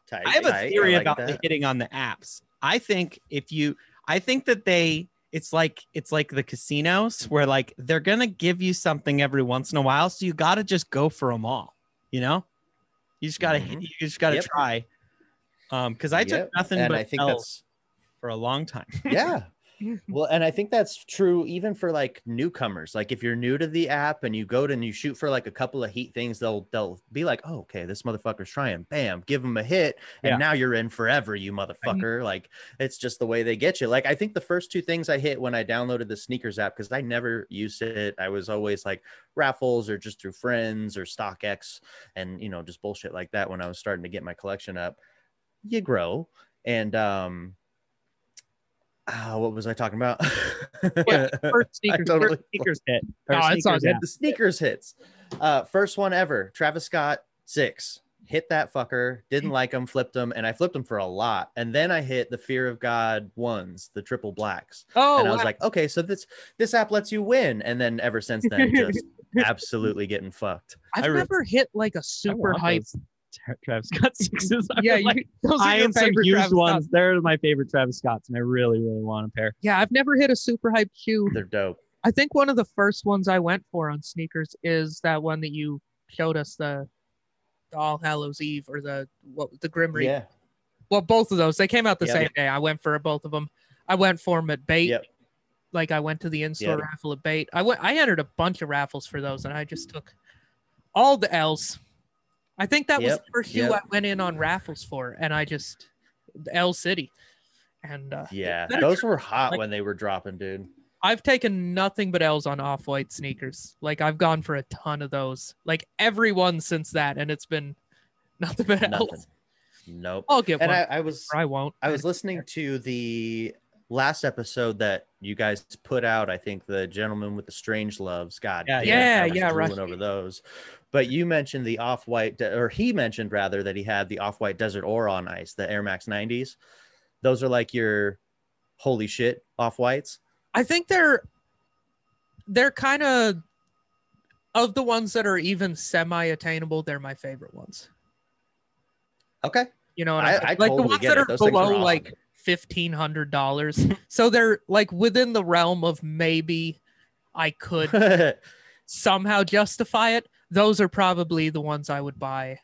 Speaker 1: Tight,
Speaker 3: I have a
Speaker 1: tight.
Speaker 3: theory
Speaker 1: like
Speaker 3: about the
Speaker 1: that.
Speaker 3: hitting on the apps. I think if you I think that they it's like it's like the casinos where like they're gonna give you something every once in a while, so you gotta just go for them all. You know, you just gotta
Speaker 1: Mhm.
Speaker 3: you just gotta
Speaker 1: Yep.
Speaker 3: try. Um, because I took
Speaker 1: Yep.
Speaker 3: nothing
Speaker 1: and
Speaker 3: but
Speaker 1: I think
Speaker 3: L's
Speaker 1: that's
Speaker 3: for a long time.
Speaker 1: yeah. Well, and I think that's true even for like newcomers. Like if you're new to the app and you go to and you shoot for like a couple of heat things, they'll they'll be like, oh, okay, this motherfucker's trying. Bam, give him a hit, and
Speaker 3: Yeah.
Speaker 1: now you're in forever, you motherfucker. Like it's just the way they get you. Like I think the first two things I hit when I downloaded the sneakers app because I never used it. I was always like raffles or just through friends or StockX and you know just bullshit like that when I was starting to get my collection up. You grow and um Ah, what was I talking about?
Speaker 2: Yeah, First
Speaker 1: I
Speaker 2: sneakers.
Speaker 1: totally-
Speaker 3: Sneakers hit.
Speaker 2: No, it's all
Speaker 1: the sneakers hits. Uh, first one ever, Travis Scott six. hit that fucker, didn't like them, flipped them, and I flipped them for a lot. And then I hit the Fear of God ones, the triple blacks.
Speaker 2: Oh,
Speaker 1: and I was
Speaker 2: wow.
Speaker 1: like, okay, so this this app lets you win. And then ever since then, just absolutely getting fucked.
Speaker 2: I've
Speaker 3: I re-
Speaker 2: never hit like a
Speaker 4: I
Speaker 2: super
Speaker 4: want
Speaker 2: hype.
Speaker 4: those Tra- Travis Scott sixes. I
Speaker 2: Yeah,
Speaker 4: would
Speaker 2: you,
Speaker 4: like,
Speaker 2: those are
Speaker 4: I
Speaker 2: your
Speaker 4: am some
Speaker 2: favorite
Speaker 4: used
Speaker 2: Travis
Speaker 4: ones.
Speaker 2: Scott-
Speaker 4: They're my favorite Travis Scotts, and I really, really want a pair.
Speaker 2: Yeah, I've never hit a super hype shoe.
Speaker 1: They're dope.
Speaker 2: I think one of the first ones I went for on sneakers is that one that you showed us the the All Hallows Eve or the what the Grim Reaper.
Speaker 1: Yeah.
Speaker 2: Well, both of those they came out the
Speaker 1: Yep.
Speaker 2: same day. I went for both of them. I went for them at bait.
Speaker 1: Yep.
Speaker 2: Like I went to the
Speaker 1: Yep.
Speaker 2: in-store raffle at bait. I went. I entered a bunch of raffles for those, and I just took all the L's. I think that was
Speaker 1: Yep.
Speaker 2: the first shoe
Speaker 1: Yep.
Speaker 2: I went in on raffles for, and I just the L City, and uh,
Speaker 1: Yeah.
Speaker 2: Better
Speaker 1: Those were hot
Speaker 2: Like-
Speaker 1: when they were dropping, dude.
Speaker 2: I've taken nothing but L's on off white sneakers. Like I've gone for a ton of those. Like every one since that, and it's been nothing but
Speaker 1: Nothing.
Speaker 2: L's.
Speaker 1: Nope.
Speaker 2: I'll get
Speaker 1: And
Speaker 2: one.
Speaker 1: I,
Speaker 2: I,
Speaker 1: I was
Speaker 2: I won't.
Speaker 1: I was listening to the last episode that you guys put out. I think the gentleman with the strange loves. God,
Speaker 3: Yeah,
Speaker 1: damn,
Speaker 2: yeah.
Speaker 1: I was
Speaker 2: Yeah, yeah,
Speaker 1: drooling
Speaker 2: Rusty.
Speaker 1: over those. But you mentioned the off white, or he mentioned rather that he had the off white desert ore on ice, the Air Max 90s. Those are like your holy shit off whites.
Speaker 2: I think they're they're kind of of the ones that are even semi attainable. They're my favorite ones.
Speaker 1: Okay,
Speaker 2: You know, and
Speaker 1: I, I
Speaker 2: like
Speaker 1: totally
Speaker 2: the ones
Speaker 1: get
Speaker 2: that
Speaker 1: it.
Speaker 2: are
Speaker 1: Those things
Speaker 2: below
Speaker 1: awesome.
Speaker 2: like fifteen hundred dollars. so they're like within the realm of maybe I could somehow justify it, those are probably the ones I would buy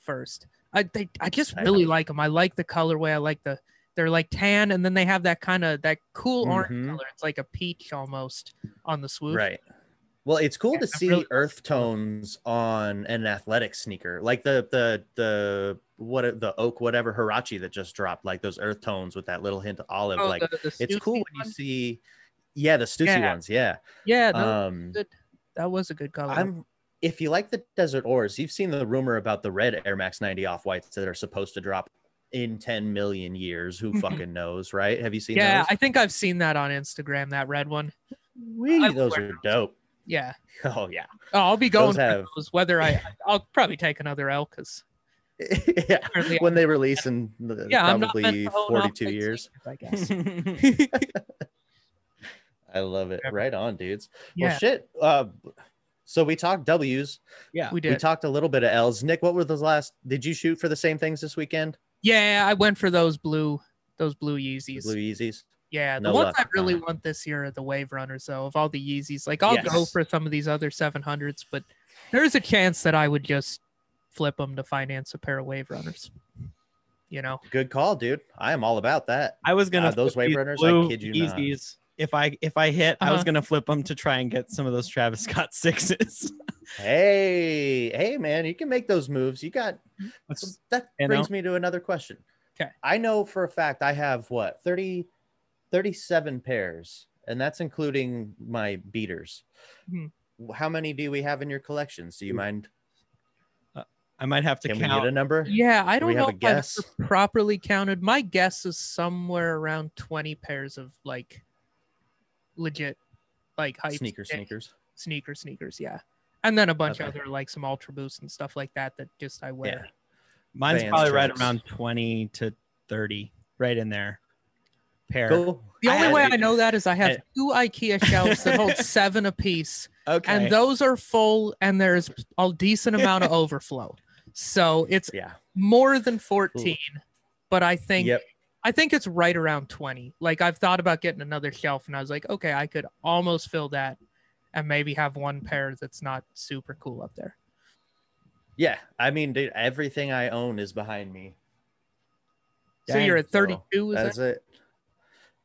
Speaker 2: first. I they, I just
Speaker 1: I
Speaker 2: really like them. I like the colorway. I like the they're like tan, and then they have that kind of that cool orange
Speaker 1: Mhm.
Speaker 2: color. It's like a peach almost on the swoosh.
Speaker 1: Right. Well, it's cool
Speaker 2: Yeah,
Speaker 1: to
Speaker 2: I'm
Speaker 1: see
Speaker 2: really-
Speaker 1: earth tones on an athletic sneaker, like the the the what the oak whatever Hirachi that just dropped, like those earth tones with that little hint of olive.
Speaker 2: Oh,
Speaker 1: like
Speaker 2: the- the
Speaker 1: it's
Speaker 2: Stussy
Speaker 1: cool when you
Speaker 2: one?
Speaker 1: see, yeah, the Stussy
Speaker 2: Yeah.
Speaker 1: ones, yeah.
Speaker 2: Yeah, no,
Speaker 1: Um,
Speaker 2: good. that was a good color.
Speaker 1: I'm if you like the desert ores, you've seen the rumor about the red Air Max 90 off whites that are supposed to drop in 10 million years. Who
Speaker 2: Mhm.
Speaker 1: fucking knows, right? Have you seen
Speaker 2: yeah,
Speaker 1: those?
Speaker 2: I think I've seen that on Instagram. That red one.
Speaker 1: Wee,
Speaker 2: I would
Speaker 1: those
Speaker 2: wear
Speaker 1: are dope.
Speaker 2: Yeah.
Speaker 1: Oh yeah.
Speaker 2: Oh, I'll be going
Speaker 1: Those
Speaker 2: for
Speaker 1: have-
Speaker 2: those. Whether I, I'll probably take another L because
Speaker 1: yeah. When they release in the-
Speaker 2: yeah, I'm not meant
Speaker 1: probably
Speaker 2: to own
Speaker 1: 42
Speaker 2: off-white
Speaker 1: years.
Speaker 2: sneakers, I guess.
Speaker 1: I love it.
Speaker 2: Whatever.
Speaker 1: Right on, dudes.
Speaker 2: yeah,
Speaker 1: Well, shit. Uh, so we talked W's.
Speaker 3: yeah.
Speaker 2: we did.
Speaker 1: We talked a little bit of L's. Nick, what were those last? Did you shoot for the same things this weekend?
Speaker 2: Yeah, I went for those blue, those blue Yeezys.
Speaker 1: Blue Yeezys.
Speaker 2: yeah, the
Speaker 1: no
Speaker 2: ones
Speaker 1: luck
Speaker 2: I really
Speaker 1: on it.
Speaker 2: want this year are the Wave Runners. Though of all the Yeezys, like I'll go
Speaker 1: Yes.
Speaker 2: for some of these other 700s, but there's a chance that I would just flip them to finance a pair of Wave Runners. You know,
Speaker 1: Good call, dude. I am all about that.
Speaker 3: I was gonna
Speaker 1: Uh, those
Speaker 3: flip
Speaker 1: Wave
Speaker 3: these
Speaker 1: Runners, I
Speaker 3: blue
Speaker 1: kid you not.
Speaker 3: Yeezys. If I if I hit, I was
Speaker 2: Uh-huh.
Speaker 3: gonna flip them to try and get some of those Travis Scott sixes.
Speaker 1: Hey, hey, man, you can make those moves. You got
Speaker 4: That's-
Speaker 1: that
Speaker 3: You
Speaker 1: brings me to another question.
Speaker 2: 'Kay.
Speaker 1: I know for a fact I have what 30 37 pairs, and that's including my beaters.
Speaker 2: Mhm.
Speaker 1: How many do we have in your collections? Do you mind?
Speaker 3: I might have to
Speaker 1: Can we get a
Speaker 3: count.
Speaker 1: number?
Speaker 2: yeah, I
Speaker 1: Do we
Speaker 2: don't
Speaker 1: have
Speaker 2: know
Speaker 1: a
Speaker 2: if I've
Speaker 1: guess?
Speaker 2: ever properly counted. My guess is somewhere around 20 pairs of like legit, like hype
Speaker 1: Sneaker,
Speaker 2: sneakers.
Speaker 1: sneakers.
Speaker 2: sneaker sneakers yeah and then a bunch of
Speaker 1: Okay.
Speaker 2: other like some ultra boosts and stuff like that that just i wear
Speaker 3: Mine's
Speaker 1: Vans
Speaker 3: probably right
Speaker 1: trunks.
Speaker 3: around twenty to thirty, right in there. Pair.
Speaker 1: Cool.
Speaker 2: the
Speaker 3: I
Speaker 2: only
Speaker 3: had-
Speaker 2: way i know that is i have
Speaker 3: I-
Speaker 2: two ikea shelves that hold seven apiece
Speaker 3: Okay.
Speaker 2: and those are full and there's a decent amount of overflow so it's
Speaker 1: Yeah.
Speaker 2: more than 14 but i think
Speaker 1: Yep.
Speaker 2: i think it's right around 20 like i've thought about getting another shelf and i was like okay i could almost fill that and maybe have one pair that's not super cool up there
Speaker 1: Yeah. I mean, dude, everything I own is behind me.
Speaker 2: so
Speaker 3: Dang,
Speaker 2: you're at
Speaker 1: so
Speaker 2: 32 is that?
Speaker 1: That's it.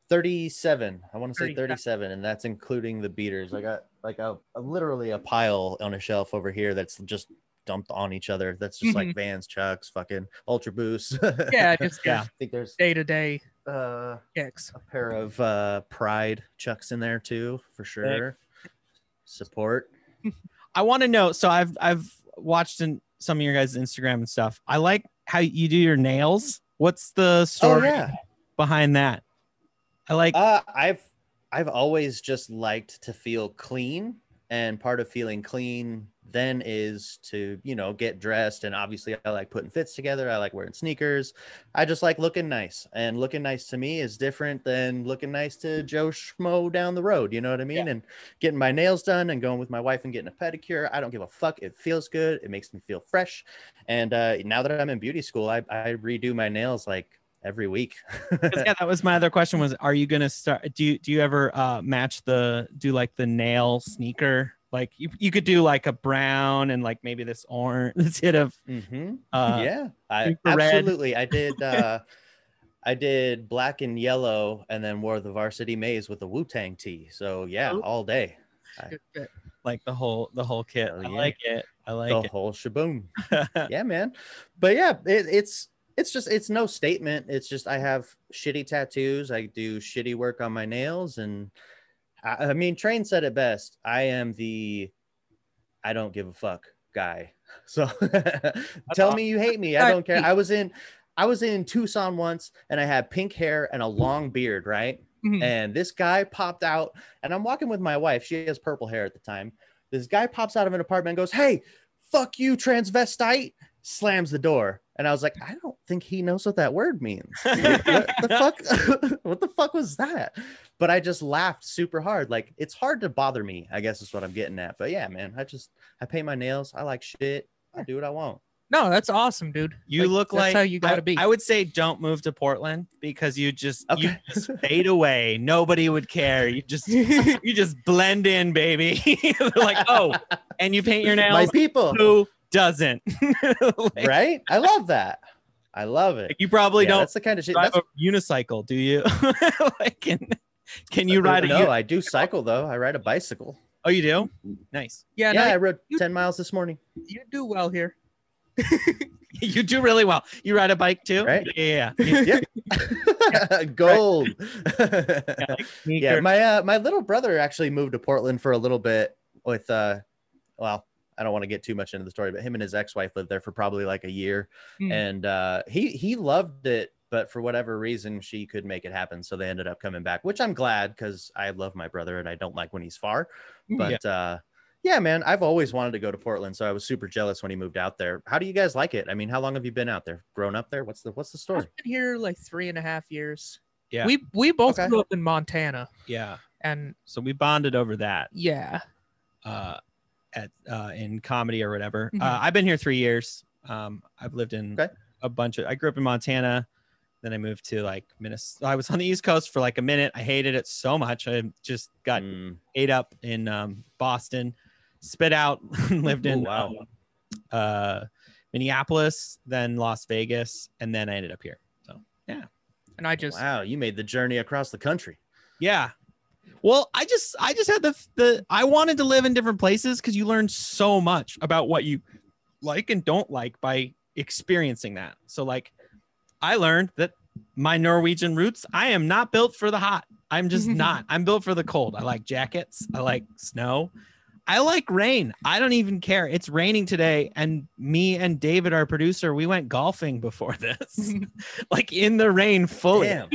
Speaker 1: 37. I want to say
Speaker 2: 37.
Speaker 1: 37, and that's including the beaters. I got like a, a- literally a pile on a shelf over here that's just dumped on each other. That's just like Vans, Chucks, fucking Ultra Boost.
Speaker 2: yeah, just
Speaker 3: Yeah.
Speaker 1: I think there's
Speaker 2: day to day
Speaker 1: uh,
Speaker 2: kicks.
Speaker 1: a pair of uh, Pride Chucks in there too, for sure. Support.
Speaker 3: I want to know. So I've I've watched in some of your guys' Instagram and stuff. I like how you do your nails. What's the
Speaker 1: Oh,
Speaker 3: story
Speaker 1: yeah.
Speaker 3: behind that? I like.
Speaker 1: Uh, I've I've always just liked to feel clean, and part of feeling clean then is to you know get dressed and obviously i like putting fits together i like wearing sneakers i just like looking nice and looking nice to me is different than looking nice to joe schmo down the road you know what i mean and getting my nails done and going with my wife and getting a pedicure i don't give a fuck it feels good it makes me feel fresh and uh, now that i'm in beauty school i, I redo my nails like every week
Speaker 3: 'Cause, yeah, that was my other question. Was are you gonna start? Do you do you ever uh, match the do like the nail sneaker? Like you, you could do like a brown and like maybe this orange, this hit of
Speaker 1: mm-hmm.
Speaker 3: uh,
Speaker 1: yeah, I
Speaker 3: infrared.
Speaker 1: absolutely. I did. Uh, I did black and yellow, and then wore the varsity maze with the Wu Tang tee. So yeah,
Speaker 2: Oh.
Speaker 1: all day,
Speaker 3: like the whole the whole kit.
Speaker 1: Hell
Speaker 3: I
Speaker 1: yeah.
Speaker 3: like it. I like
Speaker 1: the
Speaker 3: it.
Speaker 1: whole shaboom. yeah, man. But yeah, it, it's it's just it's no statement. It's just I have shitty tattoos. I do shitty work on my nails, and I, I mean, Train said it best. I am the I don't give a fuck guy. So tell me you hate me. I don't care. I was in I was in Tucson once, and I had pink hair and a long beard, right?
Speaker 3: Hmm.
Speaker 2: Mhm.
Speaker 1: and this guy popped out and i'm walking with my wife she has purple hair at the time this guy pops out of an apartment and goes hey fuck you transvestite slams the door and i was like i don't think he knows what that word means what the fuck what the fuck was that but i just laughed super hard like it's hard to bother me i guess is what i'm getting at but yeah man i just i paint my nails i like shit i do what i want
Speaker 2: No, that's awesome, dude.
Speaker 3: You look
Speaker 2: that's
Speaker 3: like
Speaker 2: how you gotta
Speaker 3: I,
Speaker 2: be.
Speaker 3: I would say don't move to Portland because you just you
Speaker 1: okay
Speaker 3: just fade away. Nobody would care. You just you just blend in, baby. They're like, oh, and you paint your
Speaker 1: my
Speaker 3: nails.
Speaker 1: people
Speaker 3: Who doesn't? Like-
Speaker 1: right i love that i love it
Speaker 3: Like, you probably
Speaker 1: Yeah,
Speaker 3: don't
Speaker 1: that's the kind of shit
Speaker 3: drive
Speaker 1: that's
Speaker 3: a unicycle, do you? like, can, can you
Speaker 1: Uh,
Speaker 3: ride a?
Speaker 1: no
Speaker 3: uni-
Speaker 1: i do cycle though i ride a bicycle
Speaker 3: oh, you do. Nice.
Speaker 2: Yeah,
Speaker 1: yeah,
Speaker 2: no,
Speaker 1: i rode
Speaker 2: you-
Speaker 1: 10 miles this morning
Speaker 2: you do well here.
Speaker 3: You do really well. You ride a bike too,
Speaker 1: Right.
Speaker 3: Yeah. yeah,
Speaker 1: gold
Speaker 3: yeah.
Speaker 1: yeah my uh, my little brother actually moved to portland for a little bit with uh well i don't want to get too much into the story but him and his ex-wife lived there for probably like a year
Speaker 2: Hmm.
Speaker 1: and uh he he loved it but for whatever reason she could make it happen so they ended up coming back which i'm glad because i love my brother and i don't like when he's far
Speaker 2: Hmm.
Speaker 1: but uh yeah man i've always wanted to go to portland so i was super jealous when he moved out there how do you guys like it i mean how long have you been out there grown up there what's the what's the
Speaker 2: I've
Speaker 1: story
Speaker 2: been here like three and a half years.
Speaker 3: Yeah.
Speaker 2: We we both
Speaker 1: Okay.
Speaker 2: grew up in Montana,
Speaker 3: yeah.
Speaker 2: and
Speaker 3: So we bonded over that.
Speaker 2: yeah,
Speaker 3: uh, at uh, in comedy or whatever.
Speaker 2: Mhm.
Speaker 3: Uh, I've been here three years. Um, I've lived in
Speaker 1: Mm-hmm. Okay.
Speaker 3: a bunch of. I grew up in Montana, then I moved to like Minnesota. I was on the East Coast for like a minute. I hated it so much. I just got
Speaker 1: Mm,
Speaker 3: ate up in um, Boston, spit out, lived
Speaker 1: Oh,
Speaker 3: in
Speaker 1: wow.
Speaker 3: um, uh, Minneapolis, then Las Vegas, and then I ended up here. So
Speaker 2: and I just
Speaker 1: wow you made the journey across the country
Speaker 3: yeah. Well, I just I just had the the I wanted to live in different places because you learn so much about what you like and don't like by experiencing that. So like I learned that my Norwegian roots, I am not built for the hot. I'm just not. I'm built for the cold. I like jackets. I like snow. I like rain. I don't even care. It's raining today and me and David our producer, we went golfing before this. like in the rain fully.
Speaker 1: Damn.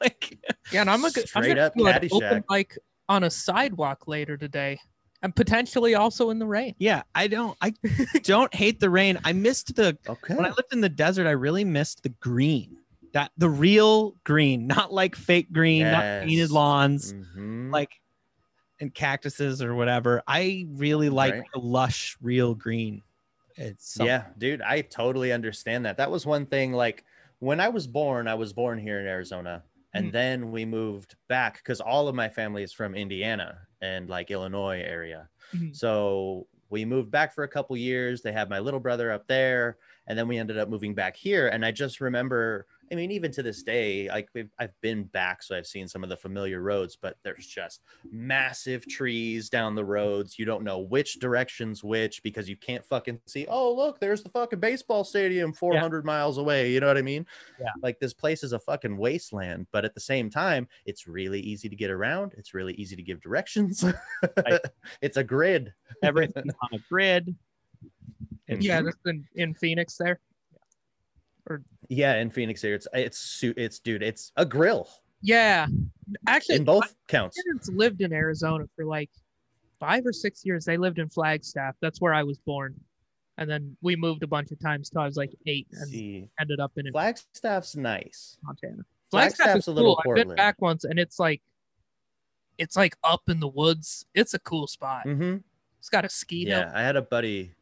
Speaker 3: like
Speaker 2: yeah, and I'm a
Speaker 1: Straight
Speaker 2: I'm gonna
Speaker 1: up
Speaker 2: do an open
Speaker 1: Caddyshack.
Speaker 2: mic on a sidewalk later today, and potentially also in the rain.
Speaker 3: Yeah, I don't I don't hate the rain. I missed the
Speaker 1: okay
Speaker 3: when I lived in the desert, I really missed the green. That the real green, not like fake green, not painted
Speaker 1: Yes.
Speaker 3: lawns,
Speaker 1: Mhm.
Speaker 3: like and cactuses or whatever. I really like
Speaker 1: Right.
Speaker 3: the lush real green. It's something.
Speaker 1: Yeah, dude, I totally understand that. That was one thing. Like when I was born, I was born here in Arizona, and
Speaker 2: Mhm.
Speaker 1: then we moved back because all of my family is from Indiana and like Illinois area.
Speaker 2: Mhm.
Speaker 1: So we moved back for a couple years. They had my little brother up there, and then we ended up moving back here. And I just remember. I mean, even to this day, like we've, I've been back, so I've seen some of the familiar roads, but there's just massive trees down the roads. You don't know which direction's which because you can't fucking see. Oh, look, there's the fucking baseball stadium 400 miles away. You know what I mean?
Speaker 3: Yeah.
Speaker 1: Like this place is a fucking wasteland, but at the same time, it's really easy to get around. It's really easy to give directions. it's a grid.
Speaker 3: Everything's on a grid. It's-
Speaker 2: Yeah, that's in, in Phoenix there.
Speaker 1: Yeah, in Phoenix here, it's it's su- it's dude, it's a grill
Speaker 2: Yeah, actually,
Speaker 1: in both counts.
Speaker 2: parents lived in Arizona for like five or six years they lived in Flagstaff. That's where I was born. And then we moved a bunch of times till I was like eight and
Speaker 1: See,
Speaker 2: ended up in
Speaker 1: Flagstaff's nice.
Speaker 2: Montana.
Speaker 1: Flagstaff's
Speaker 2: Flagstaff is
Speaker 1: a little
Speaker 2: cool. I've been
Speaker 1: Portland.
Speaker 2: back once and it's like it's like up in the woods. It's a cool spot.
Speaker 1: Mm-hmm.
Speaker 2: It's got a ski hill.
Speaker 1: Yeah, I had a buddy.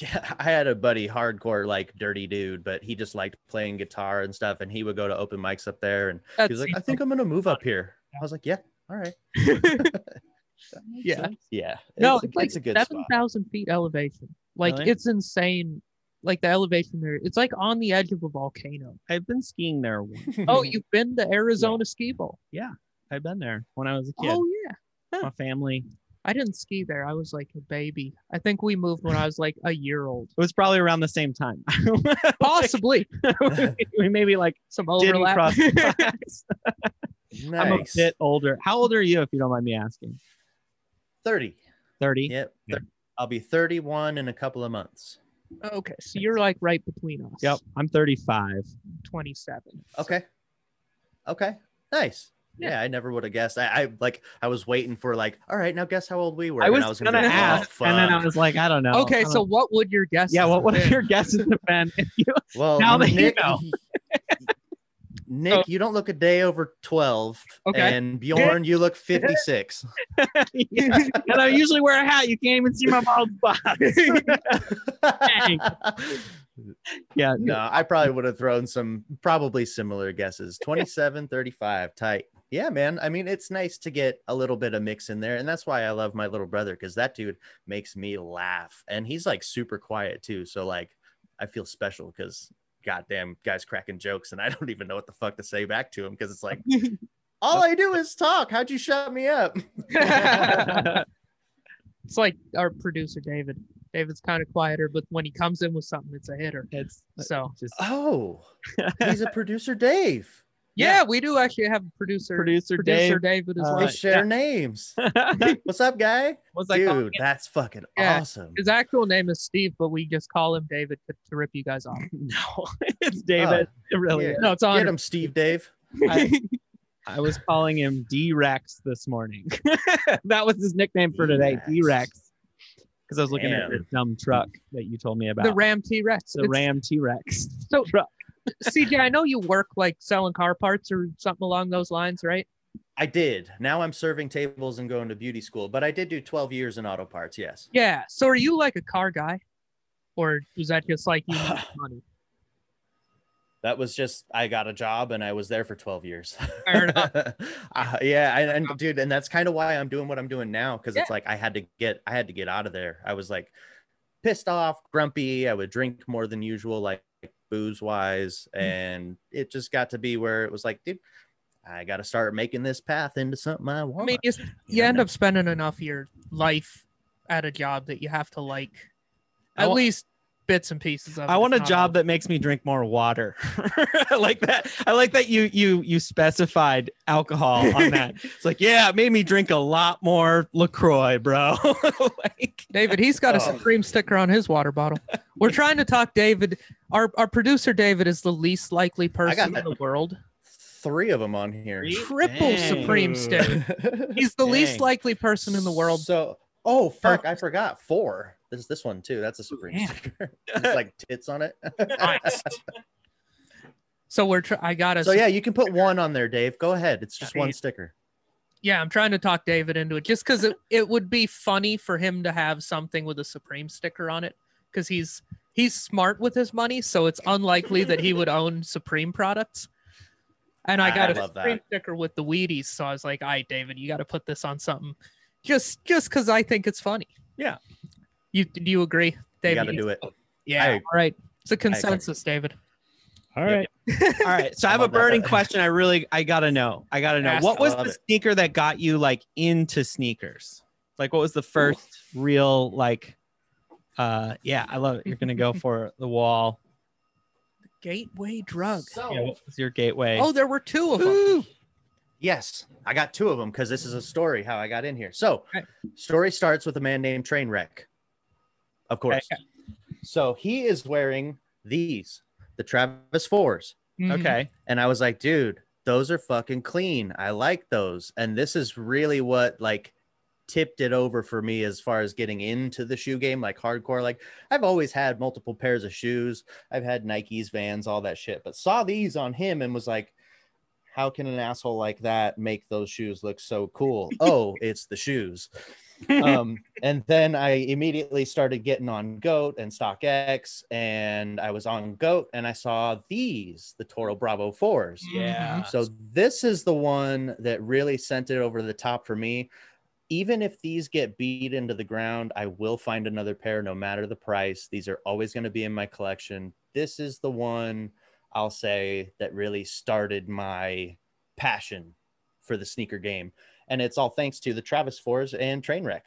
Speaker 1: yeah, I had a buddy, hardcore like dirty dude, but he just liked playing guitar and stuff. And he would go to open mics up there, and
Speaker 2: That
Speaker 1: he was like,
Speaker 2: seems
Speaker 1: "I think I'm gonna move up here." I was like, "Yeah, all right,
Speaker 2: yeah.
Speaker 1: yeah."
Speaker 2: No,
Speaker 1: it's,
Speaker 2: it's, like
Speaker 1: it's a good
Speaker 2: seven
Speaker 1: spot.
Speaker 2: thousand feet elevation. Like
Speaker 3: Really?
Speaker 2: it's insane. Like the elevation there, it's like on the edge of a volcano.
Speaker 4: I've been skiing there. once.
Speaker 2: Oh, you've been to Arizona Ski Bowl?
Speaker 4: I've been there when I was a kid.
Speaker 2: Oh yeah.
Speaker 4: My family.
Speaker 2: I didn't ski there. I was like a baby. I think we moved when I was like a year old.
Speaker 4: It was probably around the same time.
Speaker 2: Possibly
Speaker 4: we maybe like
Speaker 2: some
Speaker 4: didn't
Speaker 2: overlap.
Speaker 4: cross the lines. I'm a
Speaker 1: nice.
Speaker 4: bit older. How old are you, if you don't mind me asking?
Speaker 1: Thirty.
Speaker 4: Thirty.
Speaker 1: Yep.
Speaker 4: Yeah.
Speaker 1: thir- I'll be 31 in a couple of months.
Speaker 2: okay, so you're like right between us.
Speaker 4: Yep. I'm 35.
Speaker 2: Twenty-seven.
Speaker 1: Okay. Okay. Nice. Yeah, I never would have guessed. I, I like I was waiting for like, all right, now guess how old we were.
Speaker 4: I
Speaker 1: and
Speaker 4: was,
Speaker 1: gonna
Speaker 4: gonna
Speaker 1: be like,
Speaker 4: ask,
Speaker 1: oh,
Speaker 4: and then I
Speaker 1: fuck.
Speaker 4: was like, I don't know. I
Speaker 2: okay,
Speaker 4: don't-
Speaker 2: so what would your guess?
Speaker 4: yeah, what would
Speaker 2: have been?
Speaker 4: your guesses have been? If you,
Speaker 1: well,
Speaker 4: now that you
Speaker 1: Nick,
Speaker 4: know.
Speaker 1: Nick, you don't look a day over 12.
Speaker 2: Okay.
Speaker 1: And Bjorn, you look 56.
Speaker 4: Yeah. and I usually wear a hat. You can't even see my bald spot. Dang. yeah,
Speaker 1: no, I probably would have thrown some probably similar guesses 27, 35, tight. Yeah, man. I mean, it's nice to get a little bit of mix in there. And that's why I love my little brother because that dude makes me laugh. And he's like super quiet too. So, like, I feel special because goddamn guys cracking jokes and I don't even know what the fuck to say back to him because it's like, all I do is talk. How'd you shut me up?
Speaker 2: it's like our producer David. David's kind of quieter, but when he comes in with something, it's a hitter.
Speaker 4: it's
Speaker 2: So
Speaker 4: just
Speaker 1: Oh, he's a producer, Dave.
Speaker 2: yeah, we do actually have a producer.
Speaker 4: producer,
Speaker 2: Producer
Speaker 4: Dave.
Speaker 2: David as
Speaker 4: uh,
Speaker 1: They
Speaker 2: well.
Speaker 1: share names. What's up, guy?
Speaker 4: What's that called?
Speaker 1: Dude, that's fucking
Speaker 2: Yeah.
Speaker 1: awesome.
Speaker 2: His actual name is Steve, but we just call him David to, to rip you guys off.
Speaker 4: No, it's David. it really.
Speaker 1: yeah.
Speaker 4: is.
Speaker 2: No, it's on.
Speaker 1: Get him, Steve Dave.
Speaker 4: I, I was calling him D Rex this morning. that was his nickname for today,
Speaker 1: D-Rex.
Speaker 4: D Rex. Because I was looking
Speaker 1: Damn.
Speaker 4: at this dumb truck that you told me about.
Speaker 2: The Ram T Rex.
Speaker 4: the Ram T Rex.
Speaker 2: So-
Speaker 4: truck.
Speaker 2: CJ, I know you work like selling car parts or something along those lines, right?
Speaker 1: I did. Now I'm serving tables and going to beauty school, but I did do 12 years in auto parts. Yes.
Speaker 2: Yeah. So are you like a car guy, or was that just like you need money?
Speaker 1: That was just, I got a job and I was there for 12 years.
Speaker 2: Fair enough.
Speaker 1: Uh, yeah. And, and dude, and that's kind of why I'm doing what I'm doing now. Cause it's like, I had to get, I had to get out of there. I was like pissed off, grumpy. I would drink more than usual, like booze wise.
Speaker 2: Mm.
Speaker 1: And it just got to be where it was like, dude, I got to start making this path into something I
Speaker 2: I
Speaker 1: want.
Speaker 2: mean, you, s- you
Speaker 1: Yeah,
Speaker 2: end
Speaker 1: no.
Speaker 2: up spending enough of your life at a job that you have to like
Speaker 3: I
Speaker 2: at
Speaker 3: wa-
Speaker 2: least bits and pieces of.
Speaker 3: I
Speaker 2: it,
Speaker 3: want a
Speaker 2: if not
Speaker 3: job
Speaker 2: all.
Speaker 3: that makes me drink more water. I like that. I like that you you you specified alcohol on that. it's like, yeah, it made me drink a lot more LaCroix, bro. like
Speaker 2: David, he's got a
Speaker 1: Oh.
Speaker 2: Supreme sticker on his water bottle. We're trying to talk David. Our our producer David is the least likely
Speaker 1: got
Speaker 2: person in
Speaker 1: that.
Speaker 2: the world.
Speaker 1: Three of them on here.
Speaker 2: Triple
Speaker 3: Dang.
Speaker 2: Supreme sticker. He's the least
Speaker 3: Dang.
Speaker 2: likely person in the world.
Speaker 1: So, oh fuck, I forgot four. There's this one too. That's a supreme
Speaker 2: Yeah.
Speaker 1: sticker. it's like tits on it.
Speaker 2: So we're tr- I got us.
Speaker 1: so yeah, you can put one on there, Dave. Go ahead. It's just one
Speaker 3: Dave.
Speaker 1: sticker.
Speaker 2: Yeah, I'm trying to talk David into it just because it, it would be funny for him to have something with a Supreme sticker on it because he's he's smart with his money, so it's unlikely that he would own Supreme products. And I
Speaker 1: I
Speaker 2: got a
Speaker 1: love that.
Speaker 2: Supreme sticker with the Wheaties, so I was like, "All right, David, you got to put this on something, just just because I think it's funny."
Speaker 3: Yeah.
Speaker 2: You do you agree,
Speaker 1: You
Speaker 2: David?
Speaker 1: got to do it.
Speaker 2: Yeah.
Speaker 1: I
Speaker 2: all
Speaker 1: agree.
Speaker 2: right. It's a consensus, David.
Speaker 4: All
Speaker 1: right.
Speaker 3: all right. So I have a
Speaker 1: Love that.
Speaker 3: burning question. I really I gotta know. I gotta know.
Speaker 2: Ask-
Speaker 3: what was
Speaker 1: I love
Speaker 3: the
Speaker 1: it.
Speaker 3: sneaker that got you like into sneakers? Like what was the first real like uh yeah, I love it. You're gonna go for the wall.
Speaker 2: Gateway drug.
Speaker 4: Oh.
Speaker 3: Yeah, what was your gateway?
Speaker 2: Oh, there were two of them.
Speaker 1: Yes, I got two of them because this is a story how I got in here. So,
Speaker 2: Okay.
Speaker 1: story starts with a man named Trainwreck, of course. So he is wearing these, the Travis fours.
Speaker 4: Mm-hmm.
Speaker 2: Mhm.
Speaker 3: okay.
Speaker 1: and I was like, dude, those are fucking clean. I like those. And this is really what like tipped it over for me as far as getting into the shoe game, like hardcore. Like I've always had multiple pairs of shoes. I've had Nikes, Vans, all that shit, but saw these on him and was like, how can an asshole like that make those shoes look so cool? oh, it's the shoes. um, and then I immediately started getting on Goat and StockX, and I was on Goat and I saw these, the Toro Bravo 4s.
Speaker 3: Yeah.
Speaker 1: So this is the one that really sent it over the top for me. Even if these get beat into the ground, I will find another pair no matter the price. These are always going to be in my collection. This is the one I'll say that really started my passion for the sneaker game. And it's all thanks to the Travis Fours and Trainwreck.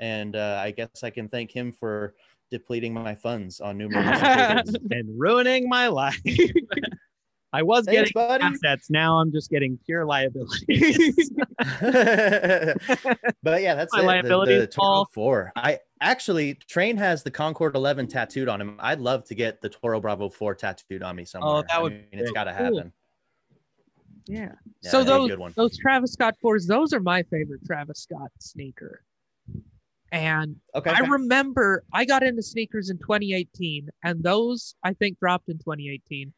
Speaker 1: And uh, I guess I can thank him for depleting my funds on numerous occasions.
Speaker 4: and ruining my life. I was
Speaker 1: Thanks,
Speaker 4: getting
Speaker 1: buddy.
Speaker 4: assets. Now I'm just getting pure liabilities.
Speaker 1: but yeah, that's
Speaker 4: My
Speaker 1: it.
Speaker 4: liability
Speaker 1: the,
Speaker 4: is
Speaker 1: the
Speaker 4: all-
Speaker 1: Toro Four. I actually Train has the Concord Eleven tattooed on him. I'd love to get the Toro Bravo Four tattooed
Speaker 2: Oh,
Speaker 1: on me somewhere.
Speaker 3: that would
Speaker 1: I mean, it's got to
Speaker 2: Cool.
Speaker 1: happen.
Speaker 2: Yeah.
Speaker 1: Yeah,
Speaker 2: Mm-hmm. So
Speaker 1: that'd be a
Speaker 2: those-
Speaker 1: good one.
Speaker 2: Those Travis Scott fours, those are my favorite Travis Scott sneaker. And
Speaker 1: Okay.
Speaker 2: I remember I got into sneakers in 2018, and those I think dropped in 2018.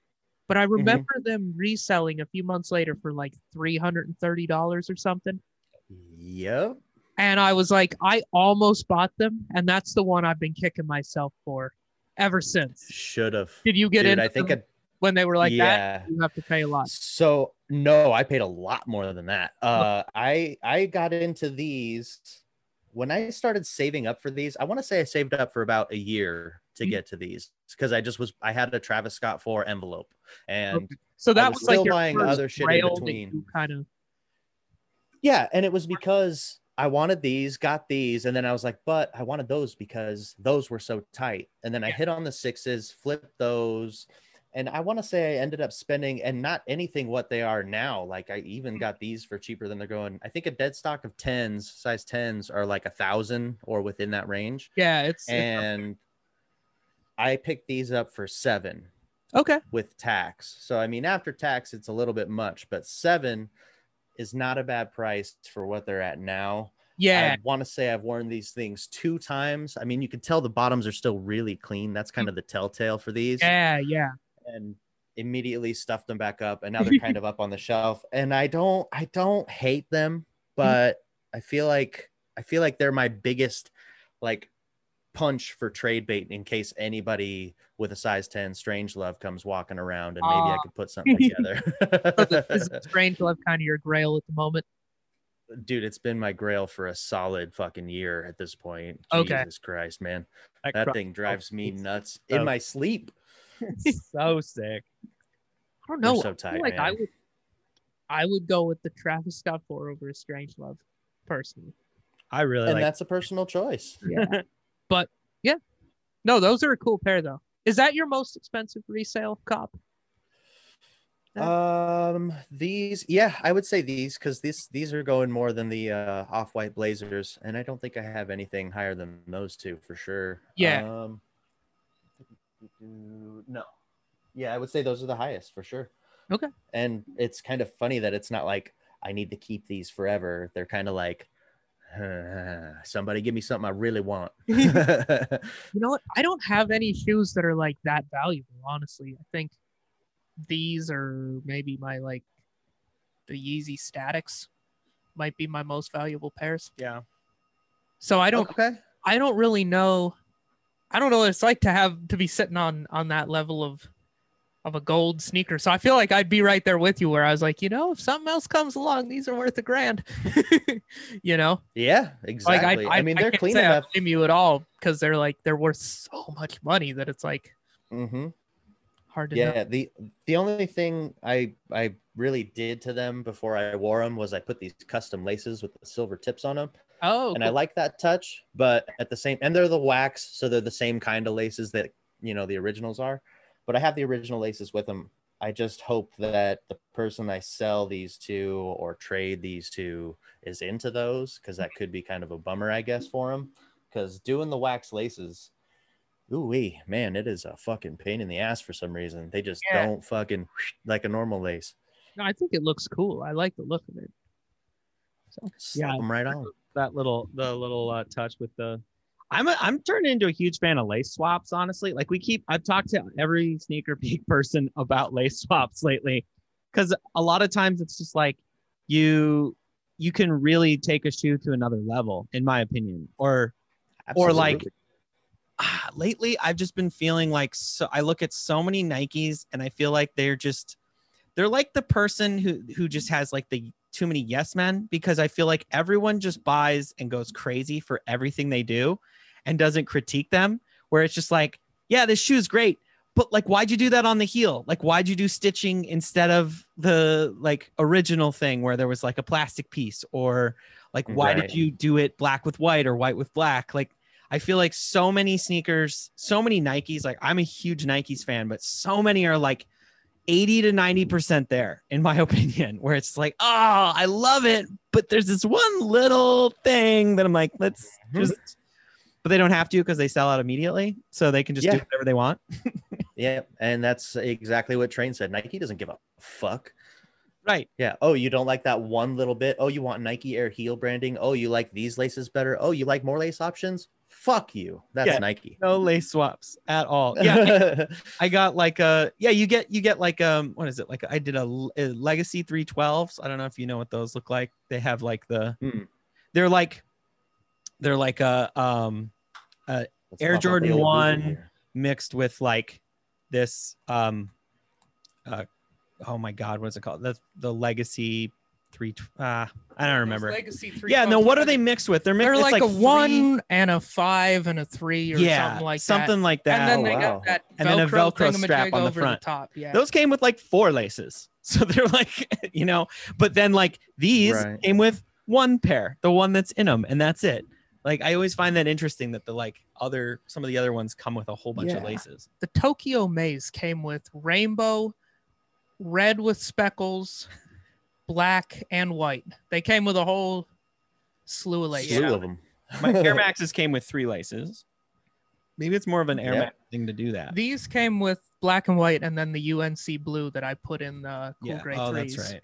Speaker 2: But
Speaker 1: Mm-hmm.
Speaker 2: I remember them reselling a few months later for like $330 or something.
Speaker 1: yep.
Speaker 2: And I was like, I almost bought them. And that's the one I've been kicking myself for ever since.
Speaker 1: Should have.
Speaker 2: Did you get
Speaker 1: Dude,
Speaker 2: in
Speaker 1: I think. I,
Speaker 2: when they were like that?
Speaker 1: yeah.
Speaker 2: You have to pay a lot.
Speaker 1: So no, I paid a lot more than that. Uh, I I got into these when I started saving up for these. I want to say I saved up for about a year to
Speaker 2: Mhm.
Speaker 1: get to these because I just was I had a Travis Scott four envelope and
Speaker 2: Okay. So that
Speaker 1: was
Speaker 2: was, like
Speaker 1: still
Speaker 2: your
Speaker 1: buying
Speaker 2: first
Speaker 1: other shit in
Speaker 2: rail that
Speaker 1: between.
Speaker 2: you Kind of.
Speaker 1: yeah, and it was because I wanted these, got these, and then I was like, but I wanted those because those were so tight. And then I hit on the sixes, flipped those. And I want to say I ended up spending and not anything what they are now. Like I even got these for cheaper than they're going. I think a dead stock of tens, size tens, are like a thousand or within that range.
Speaker 2: Yeah, it's, it's
Speaker 1: And I picked these up for seven
Speaker 2: okay.
Speaker 1: with tax. So I mean, after tax, it's a little bit much, but seven is not a bad price for what they're at now.
Speaker 2: Yeah,
Speaker 1: I want to say I've worn these things two times. I mean, you can tell the bottoms are still really clean. That's kind of the telltale for these.
Speaker 2: yeah, yeah.
Speaker 1: And immediately stuffed them back up, and now they're kind of up on the shelf. And I don't, I don't hate them,
Speaker 2: Mm-hmm.
Speaker 1: but I feel like I feel like they're my biggest like punch for trade bait in case anybody with a size 10 strange love comes walking around and maybe I
Speaker 2: Aw.
Speaker 1: could put something
Speaker 2: Is
Speaker 1: together.
Speaker 2: strange love kind of your grail at the moment?
Speaker 1: Dude, it's been my grail for a solid fucking year at this point.
Speaker 2: Okay.
Speaker 1: Jesus Christ, man.
Speaker 3: That
Speaker 1: That
Speaker 3: crop
Speaker 1: thing drives me
Speaker 3: it's
Speaker 1: nuts
Speaker 3: so-
Speaker 1: in my sleep.
Speaker 3: is so sick.
Speaker 2: I don't
Speaker 1: They're
Speaker 2: know.
Speaker 1: so
Speaker 2: I feel
Speaker 1: tight,
Speaker 2: like I
Speaker 1: man.
Speaker 2: would, I would go with the Travis Scott four over a strange love, personally.
Speaker 3: I really
Speaker 1: And
Speaker 3: like.
Speaker 1: that's a personal choice.
Speaker 2: Yeah, but yeah, no, those are a cool pair though. Is that your most expensive resale cop?
Speaker 1: Um these yeah, I would say these cuz these these are going more than the uh off-white blazers and I don't think I have anything higher than those two for sure.
Speaker 2: Yeah.
Speaker 1: Um no. Yeah, I would say those are the highest for sure.
Speaker 2: Okay.
Speaker 1: And it's kind of funny that it's not like I need to keep these forever. They're kind of like somebody give me something I really want.
Speaker 2: You know what? I don't have any shoes that are like that valuable. Honestly, I think these are maybe my like the Yeezy Statics might be my most valuable pairs.
Speaker 3: yeah.
Speaker 2: So I don't
Speaker 1: okay.
Speaker 2: I don't really know. I don't know what it's like to have to be sitting on on that level of of a gold sneaker. So I feel like I'd be right there with you where I was like, you know, if something else comes along, these are worth a grand. you know,
Speaker 1: Yeah,
Speaker 2: like
Speaker 1: exactly. I, mean, they're
Speaker 2: can't
Speaker 1: clean
Speaker 2: say I
Speaker 1: enough.
Speaker 2: blame you at all because they're like they're worth so much money that it's like
Speaker 1: hmm
Speaker 2: hard to know.
Speaker 1: Yeah. The the only thing I I really did to them before I wore them was I put these custom laces with the silver tips on them,
Speaker 2: Oh,
Speaker 1: and I
Speaker 2: cool.
Speaker 1: like that touch. But at the same, and they're the wax, so they're the same kind of laces that you know the originals are. But I have the original laces with them. I just hope that the person I sell these to or trade these to is into those because that could be kind of a bummer, I guess, for them. Because doing the wax laces, ooh wee, man, it is a fucking pain in the ass for some reason. They just
Speaker 2: Yeah.
Speaker 1: don't fucking like a normal lace.
Speaker 2: No, I think it looks cool. I like the look of it.
Speaker 4: So
Speaker 1: Slap
Speaker 4: Yeah.
Speaker 1: 'em right on.
Speaker 4: that little the little uh, touch with the I'm a, I'm turning into a huge fan of lace swaps, honestly. Like we keep I've talked to every sneaker peek person about lace swaps lately cuz a lot of times it's just like you you can really take a shoe to another level in my opinion or Or like-
Speaker 1: Absolutely.
Speaker 3: ah, lately I've just been feeling like so I look at so many Nikes and I feel like they're just they're like the person who who just has like the too many yes men because I feel like everyone just buys and goes crazy for everything they do and doesn't critique them where it's just like yeah this shoe's great but like why'd you do that on the heel like why'd you do stitching instead of the like original thing where there was like a plastic piece or like why
Speaker 1: Right.
Speaker 3: did you do it black with white or white with black like I feel like so many sneakers, so many Nikes. Like I'm a huge Nikes fan, but so many are like 80 to 90% there, in my opinion, where it's like, oh, I love it, but there's this one little thing that I'm like, let's just. But they don't have to because they sell out immediately, so they can just do
Speaker 1: Yeah.
Speaker 3: whatever they want.
Speaker 1: yeah, and that's exactly what Train said. Nike doesn't give a fuck.
Speaker 3: Right.
Speaker 1: Yeah. Oh, you don't like that one little bit. Oh, you want Nike Air heel branding. Oh, you like these laces better. Oh, you like more lace options. Fuck you. That's
Speaker 3: Yeah.
Speaker 1: Nike.
Speaker 3: No lace swaps at all. Yeah. I got like a yeah. You get you get like um what is it like I did a, l- a Legacy 312s. I don't know if you know what those look like. They have like the
Speaker 1: Mm.
Speaker 3: they're like they're like a um
Speaker 1: Let's
Speaker 3: Air
Speaker 1: pop up the
Speaker 3: Jordan
Speaker 1: old Google
Speaker 3: 1.
Speaker 1: here.
Speaker 3: mixed with like this um uh oh my god what's it called the the legacy three uh I don't remember.
Speaker 2: Legacy three.
Speaker 3: Yeah, no. What are they mixed with? They're mixed.
Speaker 2: They're
Speaker 3: it's
Speaker 2: like, a
Speaker 3: three-
Speaker 2: one and a five and a three or
Speaker 3: yeah,
Speaker 2: something like
Speaker 3: something like
Speaker 2: that.
Speaker 3: that.
Speaker 2: And then they
Speaker 1: Oh, wow.
Speaker 2: got that
Speaker 3: And then a Velcro
Speaker 2: thingamajig
Speaker 3: strap on the
Speaker 2: over
Speaker 3: front.
Speaker 2: the top. Yeah.
Speaker 3: Those came with like four laces. So they're like, you know, but then like these
Speaker 1: Right.
Speaker 3: came with one pair, the one that's in them, and that's it. Like I always find that interesting that the like other some of the other ones come with a whole bunch of
Speaker 2: Yeah.
Speaker 3: laces.
Speaker 2: the Tokyo Maze came with rainbow, red with speckles, black and white. They came with a whole slew of laces.
Speaker 1: Slew of them.
Speaker 3: My Air Maxes came with three laces. Maybe it's more of an Air
Speaker 1: Yeah.
Speaker 3: Max thing to do that.
Speaker 2: These came with black and white, and then the UNC blue that I put in the cool gray
Speaker 3: Oh,
Speaker 2: threes.
Speaker 3: that's right.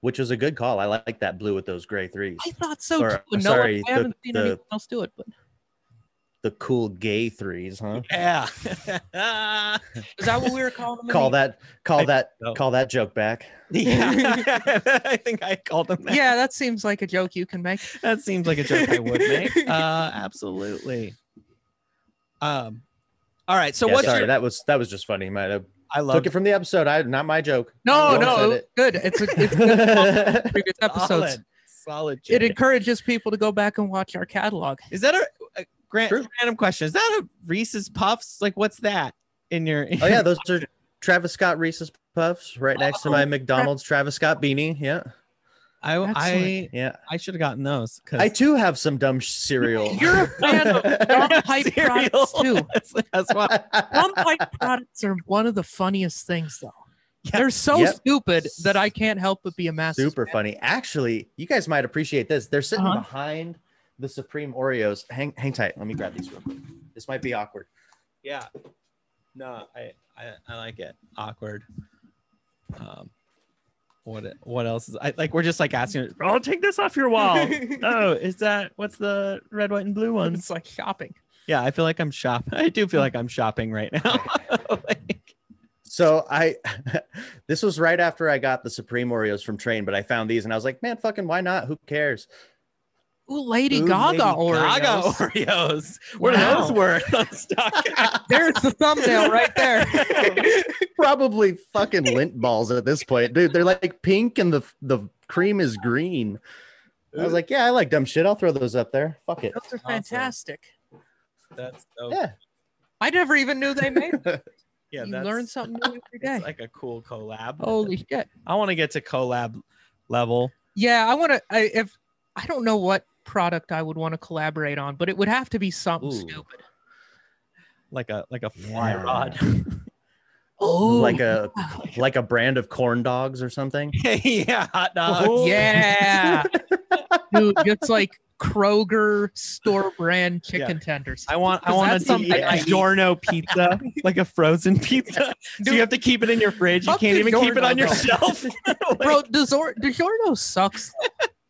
Speaker 1: Which was a good call. I like that blue with those gray threes.
Speaker 2: I thought so
Speaker 1: Or,
Speaker 2: too.
Speaker 1: I'm
Speaker 2: No,
Speaker 1: sorry,
Speaker 2: I haven't
Speaker 1: the-
Speaker 2: seen
Speaker 1: the-
Speaker 2: anyone else do it. But
Speaker 1: The cool gay threes, huh?
Speaker 3: Yeah.
Speaker 2: is that what we were calling them? in
Speaker 1: Call
Speaker 2: the-
Speaker 1: that call
Speaker 3: I-
Speaker 1: that
Speaker 3: no.
Speaker 1: call that joke back.
Speaker 3: yeah. I think I called them that.
Speaker 2: Yeah, that seems like a joke you can make.
Speaker 3: That seems like a joke I would make. Uh, absolutely. Um, all right. So
Speaker 1: yeah,
Speaker 3: what's
Speaker 1: sorry,
Speaker 3: your,
Speaker 1: that was that was just funny. My, I
Speaker 3: I love
Speaker 1: took it from the episode. I not my joke.
Speaker 2: No,
Speaker 1: Someone
Speaker 2: no,
Speaker 1: said
Speaker 2: it was good. It's a it's good follow-up
Speaker 1: it.
Speaker 2: to previous episodes.
Speaker 3: solid, solid
Speaker 2: It
Speaker 3: joke.
Speaker 2: encourages people to go back and watch our catalog.
Speaker 3: Is that a, a grant,
Speaker 1: True.
Speaker 3: random question? Is that a Reese's Puffs? Like, what's that in your?
Speaker 1: Oh yeah, those are Travis Scott Reese's Puffs right next to
Speaker 3: Oh.
Speaker 1: my McDonald's Travis Scott beanie. Yeah,
Speaker 3: I I,
Speaker 2: Excellent.
Speaker 1: yeah.
Speaker 3: I should have gotten those. 'cause-
Speaker 1: I too have some dumb sh- cereal.
Speaker 2: You're a fan of dumb hype
Speaker 3: Cereal.
Speaker 2: products too.
Speaker 3: that's, that's why.
Speaker 2: Dumb hype products are one of the funniest things though. They're so
Speaker 1: Yep.
Speaker 2: stupid that I can't help but be a massive
Speaker 1: Super funny. Actually, you guys might appreciate this. They're sitting
Speaker 2: Uh-huh.
Speaker 1: behind the Supreme Oreos. Hang hang tight. Let me grab these real quick. This might be awkward.
Speaker 3: Yeah. No, I, I I like it. Awkward. Um, what what else is I like? We're just like asking. Oh, take this off your wall. oh, is that what's the red, white, and blue ones?
Speaker 2: It's like shopping.
Speaker 3: Yeah, I feel like I'm shopping. I do feel like I'm shopping right now. Like,
Speaker 1: So I, this was right after I got the Supreme Oreos from Train, but I found these and I was like, man, fucking, why not? Who cares?
Speaker 2: Ooh, Lady
Speaker 3: ooh,
Speaker 2: Gaga
Speaker 3: Lady
Speaker 2: Oreos.
Speaker 3: Gaga Oreos. Where do those
Speaker 2: Wow.
Speaker 3: work on StockX?
Speaker 2: There's the thumbnail right there.
Speaker 1: Probably fucking lint balls at this point, dude. They're like pink and the the cream is green. I was like, yeah, I like dumb shit. I'll throw those up there. Fuck it.
Speaker 2: Those are fantastic.
Speaker 3: That's so,
Speaker 1: Yeah,
Speaker 2: I never even knew they made them.
Speaker 3: yeah.
Speaker 2: you
Speaker 3: that's
Speaker 2: learn something new every
Speaker 3: it's
Speaker 2: day.
Speaker 3: like a cool collab.
Speaker 2: Holy shit.
Speaker 3: I want to get to collab level.
Speaker 2: Yeah, I want to. I if I don't know what product I would want to collaborate on, but it would have to be something
Speaker 1: Ooh.
Speaker 2: stupid.
Speaker 3: like a like a fly
Speaker 1: Yeah.
Speaker 3: rod.
Speaker 2: Oh,
Speaker 1: like a like a brand of corn dogs or something.
Speaker 3: yeah, hot dogs.
Speaker 2: yeah, dude, just like Kroger store brand chicken tenders.
Speaker 3: I want I
Speaker 2: Is
Speaker 3: want
Speaker 2: that
Speaker 3: to
Speaker 2: something
Speaker 3: something like
Speaker 1: I
Speaker 3: a
Speaker 1: eat?
Speaker 3: Giorno pizza, like a frozen pizza. so
Speaker 2: Dude.
Speaker 3: you have to keep it in your fridge. You
Speaker 2: Fuck
Speaker 3: can't
Speaker 2: the
Speaker 3: even keep it
Speaker 2: Giorno,
Speaker 3: on your
Speaker 2: bro.
Speaker 3: shelf.
Speaker 2: Bro, DiGiorno sucks.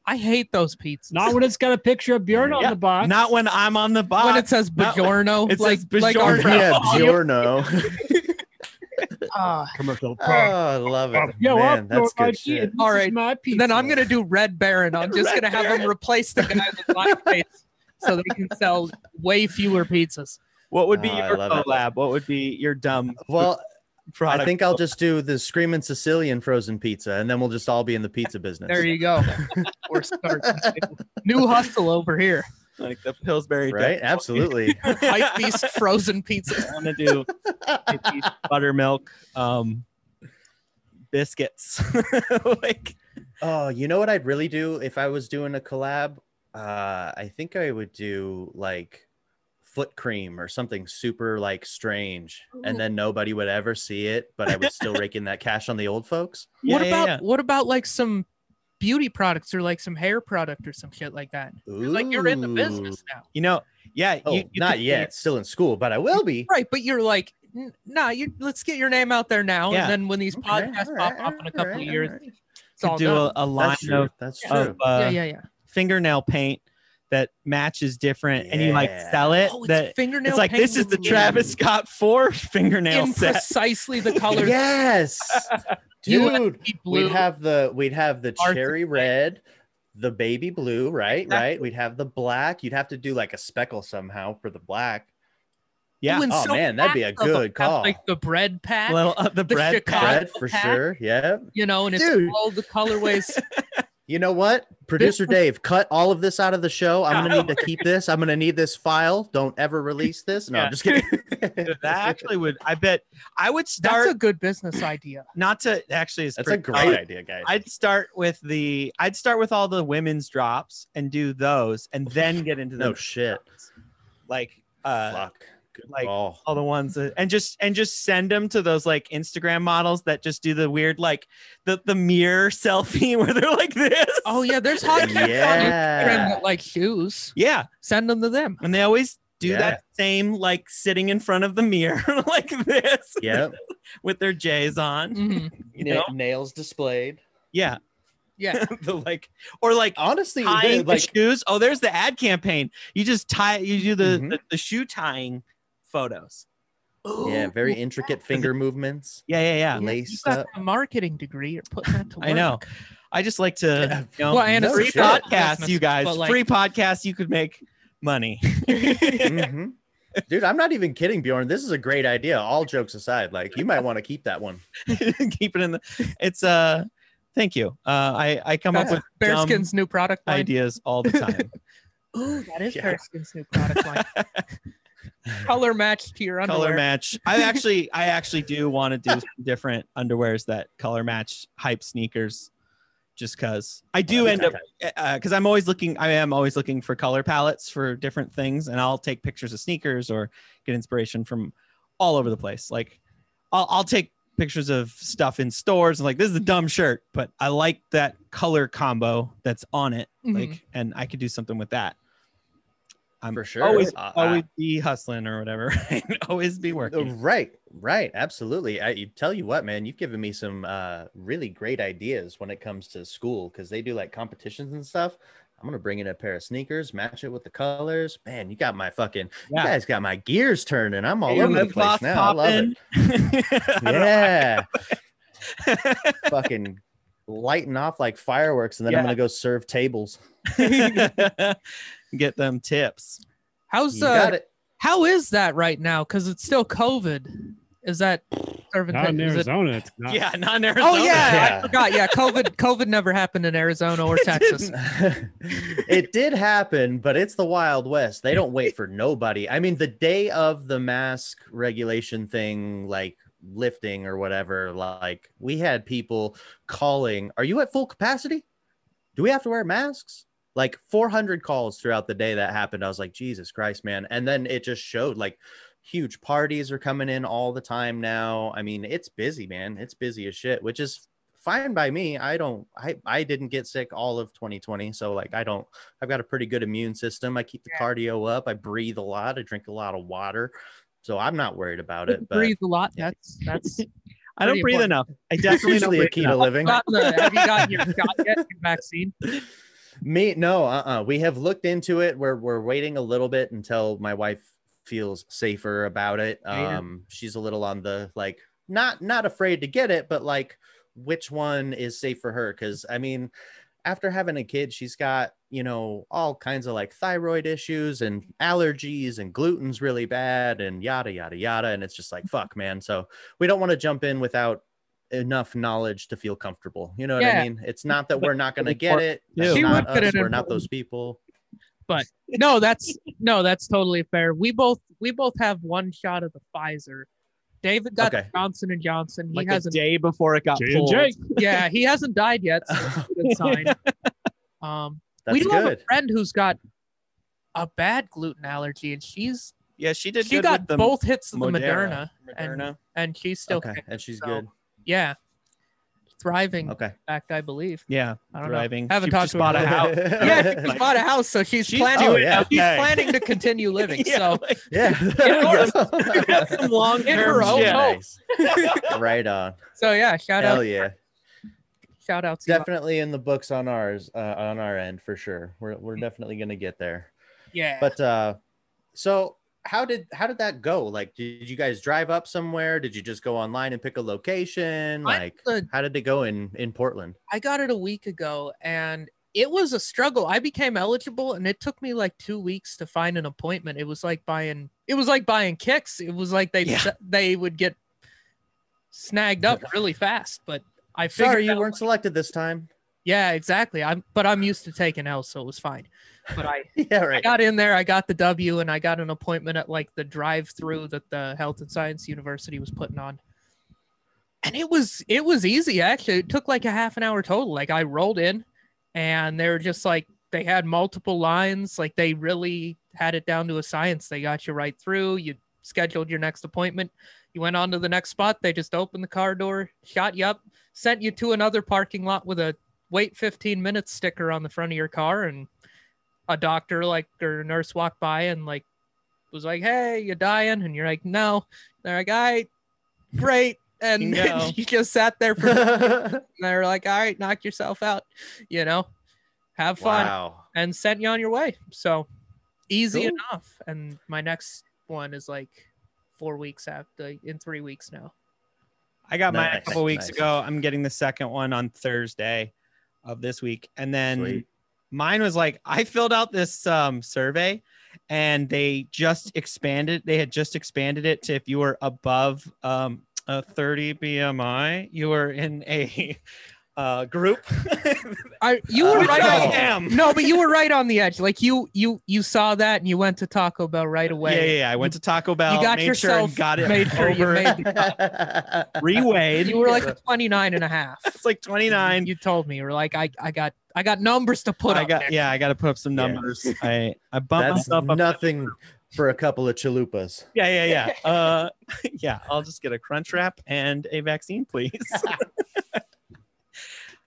Speaker 2: I hate those pizzas.
Speaker 5: Not when it's got a picture of Bjorn on
Speaker 1: Yeah.
Speaker 5: the box.
Speaker 3: Not when I'm on the box.
Speaker 2: when it says
Speaker 3: not when-
Speaker 2: Bajorno.
Speaker 3: it
Speaker 2: like,
Speaker 3: says
Speaker 2: like our-
Speaker 3: Bajorno.
Speaker 1: yeah, Giorno.
Speaker 2: Ah.
Speaker 5: commercial.
Speaker 1: Oh, I love it.
Speaker 5: Yo,
Speaker 1: Man,
Speaker 5: up,
Speaker 1: that's
Speaker 5: George,
Speaker 1: good shit.
Speaker 5: This
Speaker 2: All
Speaker 5: is
Speaker 2: right,
Speaker 5: my pizza.
Speaker 2: And then I'm gonna do Red Baron. I'm just
Speaker 1: Red
Speaker 2: gonna have them replace the guy with blackface, so they can sell way fewer pizzas.
Speaker 3: What would be
Speaker 1: Oh, I
Speaker 3: your
Speaker 1: love it.
Speaker 3: collab? What would be your dumb
Speaker 1: Well,
Speaker 3: product?
Speaker 1: I think I'll just do the Screaming Sicilian frozen pizza, and then we'll just all be in the pizza business.
Speaker 2: There you go. We're starting new hustle over here.
Speaker 3: like the Pillsbury.
Speaker 1: right? Absolutely.
Speaker 2: White Beast frozen pizza.
Speaker 3: I want to do maybe buttermilk um, biscuits. like
Speaker 1: oh, you know what I'd really do if I was doing a collab? Uh, I think I would do like foot cream or something super like strange, and then nobody would ever see it, but I would still rake in that cash on the old folks.
Speaker 2: what
Speaker 3: Yeah, yeah,
Speaker 2: about
Speaker 3: yeah.
Speaker 2: what about like some beauty products or like some hair product or some shit like that? Like you're in the
Speaker 1: Ooh.
Speaker 2: business now,
Speaker 3: you know? Yeah, you-
Speaker 1: Oh,
Speaker 3: you
Speaker 1: not
Speaker 3: could
Speaker 1: yet. Still in school, but I will be.
Speaker 2: right? But you're like, "N- nah. You let's get your name out there now,
Speaker 3: Yeah.
Speaker 2: and then when these
Speaker 1: Okay,
Speaker 2: podcasts
Speaker 1: all
Speaker 2: pop
Speaker 1: right,
Speaker 2: up in a
Speaker 1: all
Speaker 2: couple
Speaker 1: right,
Speaker 2: of years,
Speaker 1: all right.
Speaker 2: it's all
Speaker 3: do
Speaker 2: done.
Speaker 3: a, a line
Speaker 1: That's true.
Speaker 3: of,
Speaker 1: That's
Speaker 2: Yeah.
Speaker 1: true.
Speaker 3: of uh,
Speaker 2: yeah, yeah, yeah.
Speaker 3: fingernail paint that matches different, and you like
Speaker 1: Yeah.
Speaker 3: sell it.
Speaker 2: Oh, it's
Speaker 3: that
Speaker 2: fingernail.
Speaker 3: it's like this is the
Speaker 2: paint.
Speaker 3: Travis Scott four fingernail
Speaker 2: in
Speaker 3: set.
Speaker 2: precisely the color
Speaker 1: Yes,
Speaker 2: You-
Speaker 1: dude.
Speaker 2: blue.
Speaker 1: We'd have the we'd have the
Speaker 2: Arthur
Speaker 1: cherry
Speaker 2: Fleck.
Speaker 1: red, the baby blue, right?
Speaker 2: Exactly.
Speaker 1: Right. We'd have the black. You'd have to do like a speckle somehow for the black.
Speaker 3: Yeah.
Speaker 2: Ooh, and
Speaker 1: Oh, man, that'd be a
Speaker 2: packs of them
Speaker 1: good
Speaker 2: have,
Speaker 1: call.
Speaker 2: Like the bread pack,
Speaker 3: Little uh, the
Speaker 2: The
Speaker 3: bread
Speaker 2: Chicago-
Speaker 3: pack.
Speaker 1: Red for
Speaker 2: pack.
Speaker 1: sure. Yeah.
Speaker 2: you know, and it's
Speaker 1: Dude.
Speaker 2: all the colorways.
Speaker 1: You know what? Producer Dave, cut all of this out of the show. I'm gonna need to keep this. I'm gonna need this file. Don't ever release this. No,
Speaker 3: Yeah.
Speaker 1: I'm just kidding.
Speaker 3: That actually would. I bet I would start
Speaker 2: That's a good business idea.
Speaker 3: not to actually. It's
Speaker 1: That's a
Speaker 3: pretty-
Speaker 1: great
Speaker 3: I would-
Speaker 1: idea, guys.
Speaker 3: I'd start with the I'd start with all the women's drops and do those and then get into the
Speaker 1: no shit.
Speaker 3: like uh
Speaker 1: Fuck. Oh. Good
Speaker 3: like-
Speaker 1: call.
Speaker 3: all the ones that, and just and just send them to those like Instagram models that just do the weird like the the mirror selfie where they're like this.
Speaker 2: Oh yeah, there's hot chicks on Instagram
Speaker 1: Yeah.
Speaker 2: that like shoes.
Speaker 3: Yeah,
Speaker 2: Send them to them.
Speaker 3: and they always do
Speaker 1: Yeah.
Speaker 3: that same like sitting in front of the mirror like this
Speaker 1: Yep.
Speaker 3: with their J's on.
Speaker 2: Mhm.
Speaker 3: You know?
Speaker 1: nails displayed.
Speaker 3: Yeah.
Speaker 2: Yeah,
Speaker 3: the like or like
Speaker 1: Honestly, the-
Speaker 3: tying
Speaker 1: like
Speaker 3: the shoes. Oh, there's the ad campaign. You just tie, you do the,
Speaker 1: Mhm.
Speaker 3: the, the shoe tying photos.
Speaker 1: yeah, very intricate finger movements.
Speaker 3: Yeah, yeah, yeah.
Speaker 2: Yeah, you
Speaker 1: laced
Speaker 2: got
Speaker 1: up.
Speaker 2: a marketing degree. You're putting that to work.
Speaker 3: I know. I just like to
Speaker 1: Yeah.
Speaker 3: you know,
Speaker 2: Well, and
Speaker 1: no
Speaker 2: it's
Speaker 3: free
Speaker 1: shit.
Speaker 2: not
Speaker 3: podcasts,
Speaker 2: business,
Speaker 3: you guys.
Speaker 2: but, like,
Speaker 3: free podcasts, you could make money.
Speaker 1: Mhm. Dude, I'm not even kidding, Bjorn. This is a great idea. All jokes aside, like you might want to keep that one.
Speaker 3: Keep it in the. It's uh, thank you. Uh, I I come up
Speaker 2: That's
Speaker 3: with dumb
Speaker 2: Bearskin's new product line.
Speaker 3: ideas all the time.
Speaker 2: Ooh, that is
Speaker 1: Yeah.
Speaker 2: Bearskin's new product line. Color match to your underwear.
Speaker 3: color match. I actually I actually do want to do some different underwears that color match hype sneakers, just cause I do end up because I'm always looking. I am always looking for color palettes for different things, and I'll take pictures of sneakers or get inspiration from all over the place. Like, I'll, I'll take pictures of stuff in stores and like this is a dumb shirt, but I like that color combo that's on it.
Speaker 1: Mm-hmm.
Speaker 2: Mhm.
Speaker 3: Like, and I could do something with that. I'm
Speaker 1: for sure.
Speaker 3: always
Speaker 1: Uh,
Speaker 3: always be hustling or whatever. always be
Speaker 1: uh,
Speaker 3: working.
Speaker 1: right, right, absolutely. I you tell you what, man, you've given me some uh, really great ideas when it comes to school because they do like competitions and stuff. I'm gonna bring in a pair of sneakers, match it with the colors. Man, you got my fucking,
Speaker 3: Yeah.
Speaker 1: you guys got my gears turning. I'm all
Speaker 3: Your
Speaker 1: over the
Speaker 3: lip gloss
Speaker 1: place now. I love it.
Speaker 3: popping. I don't-
Speaker 1: Yeah. Fucking lighting off like fireworks, and then
Speaker 3: Yeah.
Speaker 1: I'm gonna go serve tables.
Speaker 3: Get them tips.
Speaker 2: How's
Speaker 1: You got
Speaker 2: uh,
Speaker 1: it.
Speaker 2: how is that right now? Because it's still COVID. Is that serving?
Speaker 5: Not in
Speaker 2: is it-
Speaker 5: Arizona. It's not.
Speaker 3: Yeah, not in Arizona.
Speaker 2: Oh yeah, I
Speaker 1: Yeah.
Speaker 2: forgot. Yeah, COVID. COVID never happened in Arizona or Texas.
Speaker 1: it did happen, but it's the Wild West. They don't wait for nobody. I mean, the day of the mask regulation thing, like lifting or whatever, like we had people calling, Are you at full capacity? Do we have to wear masks? Like 400 calls throughout the day that happened. I was like, Jesus Christ, man. And then it just showed like huge parties are coming in all the time now. I mean, it's busy, man. It's busy as shit, which is fine by me. I don't I I didn't get sick all of 2020, so like I don't I've got a pretty good immune system. I keep the cardio up. I breathe a lot. I drink a lot of water. So I'm not worried about it, but
Speaker 2: breathe a lot. That's that's.
Speaker 3: I don't
Speaker 2: Pretty
Speaker 3: breathe
Speaker 2: important.
Speaker 3: enough. I
Speaker 1: that's
Speaker 3: definitely don't
Speaker 1: usually a
Speaker 3: breathe
Speaker 1: key
Speaker 3: enough.
Speaker 1: to living.
Speaker 2: Gotten the- have you gotten your shot yet? Your vaccine?
Speaker 1: Me, no, uh-uh. We have looked into it. We're we're waiting a little bit until my wife feels safer about it.
Speaker 4: Yeah.
Speaker 1: Um, she's a little on the like not not afraid to get it, but like which one is safe for her? Because I mean, after having a kid, she's got you know all kinds of like thyroid issues and allergies and gluten's really bad and yada yada yada. And it's just like fuck, man. So we don't want to jump in without enough knowledge to feel comfortable. You know what
Speaker 2: Yeah.
Speaker 1: I mean? It's not that we're not going to
Speaker 4: Really
Speaker 1: get it. That's
Speaker 4: She
Speaker 1: not
Speaker 2: would fit
Speaker 1: us.
Speaker 2: in
Speaker 1: We're not
Speaker 2: important-
Speaker 1: those people.
Speaker 2: no that's no that's totally fair we both we both have one shot of the pfizer david got
Speaker 1: Okay.
Speaker 2: johnson and johnson he
Speaker 4: like a
Speaker 2: hasn't
Speaker 4: day before it got
Speaker 3: J&J.
Speaker 4: pulled.
Speaker 2: yeah he hasn't died yet so that's a good sign um
Speaker 1: That's
Speaker 2: we do have a
Speaker 1: good.
Speaker 2: friend who's got a bad gluten allergy and she's
Speaker 3: Yeah, she did.
Speaker 2: she
Speaker 3: good
Speaker 2: got
Speaker 3: with the
Speaker 2: both hits of the moderna
Speaker 3: Moderna.
Speaker 2: and-
Speaker 3: Moderna.
Speaker 2: and she's still
Speaker 1: Okay,
Speaker 2: fit.
Speaker 1: and she's
Speaker 2: so-
Speaker 1: good.
Speaker 2: yeah thriving in
Speaker 1: Okay.
Speaker 2: fact i believe
Speaker 3: Yeah,
Speaker 2: i don't
Speaker 3: driving.
Speaker 2: know haven't
Speaker 3: She
Speaker 2: talked
Speaker 3: just
Speaker 2: to her
Speaker 3: bought a
Speaker 2: about it.
Speaker 3: house.
Speaker 2: yeah she
Speaker 1: yeah.
Speaker 2: just bought a house so she's,
Speaker 3: She's
Speaker 2: planning
Speaker 1: doing
Speaker 2: she's
Speaker 3: okay.
Speaker 2: planning to continue living
Speaker 3: Yeah,
Speaker 2: so
Speaker 3: like,
Speaker 1: there we go.
Speaker 3: some long
Speaker 2: In her own
Speaker 1: Yeah.
Speaker 2: home.
Speaker 1: Nice. right on.
Speaker 2: so yeah shout out
Speaker 1: Hell yeah.
Speaker 2: shout out to you.
Speaker 1: Definitely in the books on ours, uh, on our end for sure. We're we're definitely gonna get there.
Speaker 2: yeah
Speaker 1: But uh so how did how did that go? Like did you guys drive up somewhere? Did you just go online and pick a location?
Speaker 2: I-
Speaker 1: Like
Speaker 2: uh,
Speaker 1: how did it go in in Portland?
Speaker 2: I got it a week ago and it was a struggle. I became eligible and it took me like 2 weeks to find an appointment. It was like buying it was like buying kicks. It was like they
Speaker 3: Yeah.
Speaker 2: they would get snagged up really fast, but I figured
Speaker 1: Sorry, you
Speaker 2: out-
Speaker 1: weren't selected this time.
Speaker 2: Yeah, exactly. I'm but I'm used to taking L so it was fine. But I
Speaker 1: Yeah,
Speaker 2: I
Speaker 1: right.
Speaker 2: got in there, I got the W and I got an appointment at like the drive-through that the Health and Science University was putting on. And it was it was easy actually. It took like a half an hour total. Like I rolled in and they were just like they had multiple lines, like they really had it down to a science. They got you right through. You scheduled your next appointment. You went on to the next spot. They just opened the car door, shot you up, sent you to another parking lot with a wait 15 minutes sticker on the front of your car and a doctor like or a nurse walked by and like was like, "Hey, you dying?" And you're like, "No." They're like, "All right, great." And
Speaker 3: No.
Speaker 2: you just sat there for. and they're like, "All right, knock yourself out," you know, have fun,
Speaker 1: Wow.
Speaker 2: and sent you on your way. So easy
Speaker 1: Cool.
Speaker 2: enough. And my next one is like four weeks after, in three weeks now.
Speaker 3: I got mine a
Speaker 1: Nice,
Speaker 3: couple weeks
Speaker 1: nice.
Speaker 3: ago. I'm getting the second one on Thursday of this week. And then
Speaker 1: Sweet.
Speaker 3: mine was like I filled out this um, survey and they just expanded they had just expanded it to if you were above um, a 30 BMI, you were in a uh, group.
Speaker 2: I you were
Speaker 1: Oh.
Speaker 3: Which
Speaker 2: right.
Speaker 3: I
Speaker 1: on-
Speaker 3: am.
Speaker 2: no, but you were right on the edge. Like you you you saw that and you went to Taco Bell right away.
Speaker 3: Yeah, yeah, yeah. I went to Taco Bell.
Speaker 2: got
Speaker 3: made sure
Speaker 2: yourself-
Speaker 3: and got it
Speaker 2: made sure you
Speaker 3: over.
Speaker 2: made-
Speaker 3: reweighed.
Speaker 2: You were like 29 and a half.
Speaker 3: it's like 29.
Speaker 2: You told me you were like, I, I got I got numbers to put
Speaker 3: I
Speaker 2: up
Speaker 3: got
Speaker 2: there.
Speaker 3: yeah, I got to put up some
Speaker 1: Yeah.
Speaker 3: numbers. I I bumped
Speaker 1: That's
Speaker 3: myself up.
Speaker 1: nothing for a couple of chalupas.
Speaker 3: Yeah, yeah, yeah. Uh, yeah, I'll just get a crunch wrap and a vaccine, please.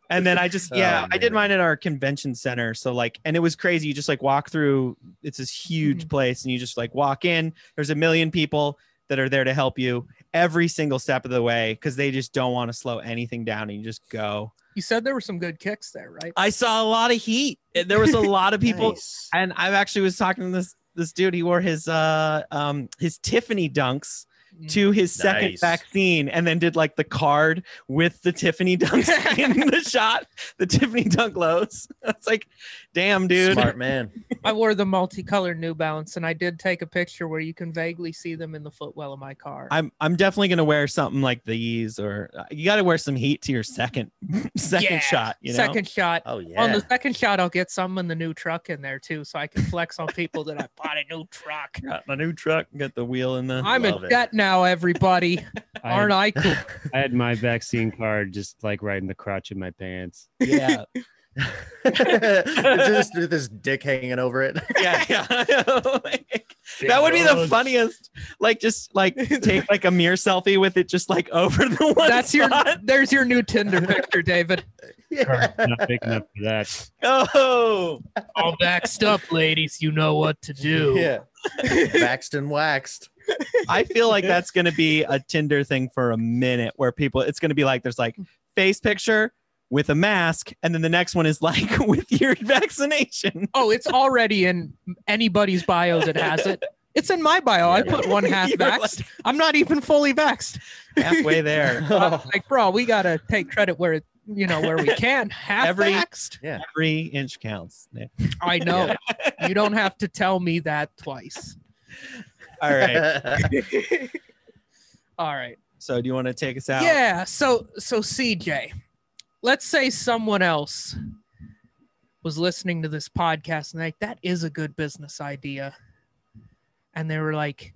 Speaker 3: and then I just yeah,
Speaker 1: Oh,
Speaker 3: I did
Speaker 1: man.
Speaker 3: mine at our convention center. So like, and it was crazy. You just like walk through. It's this huge
Speaker 2: Mhm.
Speaker 3: place, and you just like walk in. There's a million people that are there to help you every single step of the way because they just don't want to slow anything down, and you just go.
Speaker 2: You said there were some good kicks there, right?
Speaker 3: I saw a lot of heat. There was a lot of people
Speaker 1: Nice.
Speaker 3: and I actually was talking to this this dude. He wore his uh um his Tiffany dunks
Speaker 2: Mm.
Speaker 3: to his second
Speaker 1: Nice.
Speaker 3: vaccine, and then did like the card with the Tiffany dunks in the shot, the Tiffany dunk lows. It's like, damn, dude.
Speaker 1: Smart man.
Speaker 2: I wore the multicolored New Balance, and I did take a picture where you can vaguely see them in the footwell of my car.
Speaker 3: I'm I'm definitely gonna wear something like these, or uh, you got to wear some heat to your second second
Speaker 2: Yeah.
Speaker 3: shot. You know,
Speaker 2: Second shot.
Speaker 1: Oh
Speaker 2: On
Speaker 1: yeah.
Speaker 2: the second shot, I'll get some in the new truck in there too, so I can flex on people that I bought a new truck.
Speaker 3: got my new truck, got the wheel in the.
Speaker 2: I'm
Speaker 1: Love
Speaker 2: in
Speaker 1: it.
Speaker 2: debt now, everybody.
Speaker 5: I
Speaker 2: Aren't
Speaker 5: had,
Speaker 2: I cool?
Speaker 5: I had my vaccine card just like right in the crotch of my pants.
Speaker 3: yeah,
Speaker 1: Just with this dick hanging over it.
Speaker 3: yeah, yeah. Like- that would be the funniest. Like just like take like a mirror selfie with it just like over the one.
Speaker 2: That's your.
Speaker 3: spot.
Speaker 2: There's your new Tinder picture, David.
Speaker 5: Card's Not big enough for that.
Speaker 3: Oh,
Speaker 2: All vaxxed up, ladies. You know what to do.
Speaker 1: Yeah. Waxed and waxed.
Speaker 3: I feel like that's gonna be a Tinder thing for a minute, where people it's gonna be like there's like face picture with a mask, and then the next one is like with your vaccination.
Speaker 2: Oh, it's already in anybody's bio that has it. It's in my bio. I put one half
Speaker 3: You're
Speaker 2: vaxxed. I'm not even fully vaxxed.
Speaker 3: Halfway there.
Speaker 2: I was like, bro, we gotta take credit where it, you know where we can. Half
Speaker 3: Every-
Speaker 2: vaxxed.
Speaker 3: Every inch counts. Nick.
Speaker 2: I know. You don't have to tell me that twice.
Speaker 3: All right.
Speaker 2: All right.
Speaker 3: So do you want to take us out?
Speaker 2: Yeah. So so CJ, let's say someone else was listening to this podcast and they're like that is a good business idea, and they were like,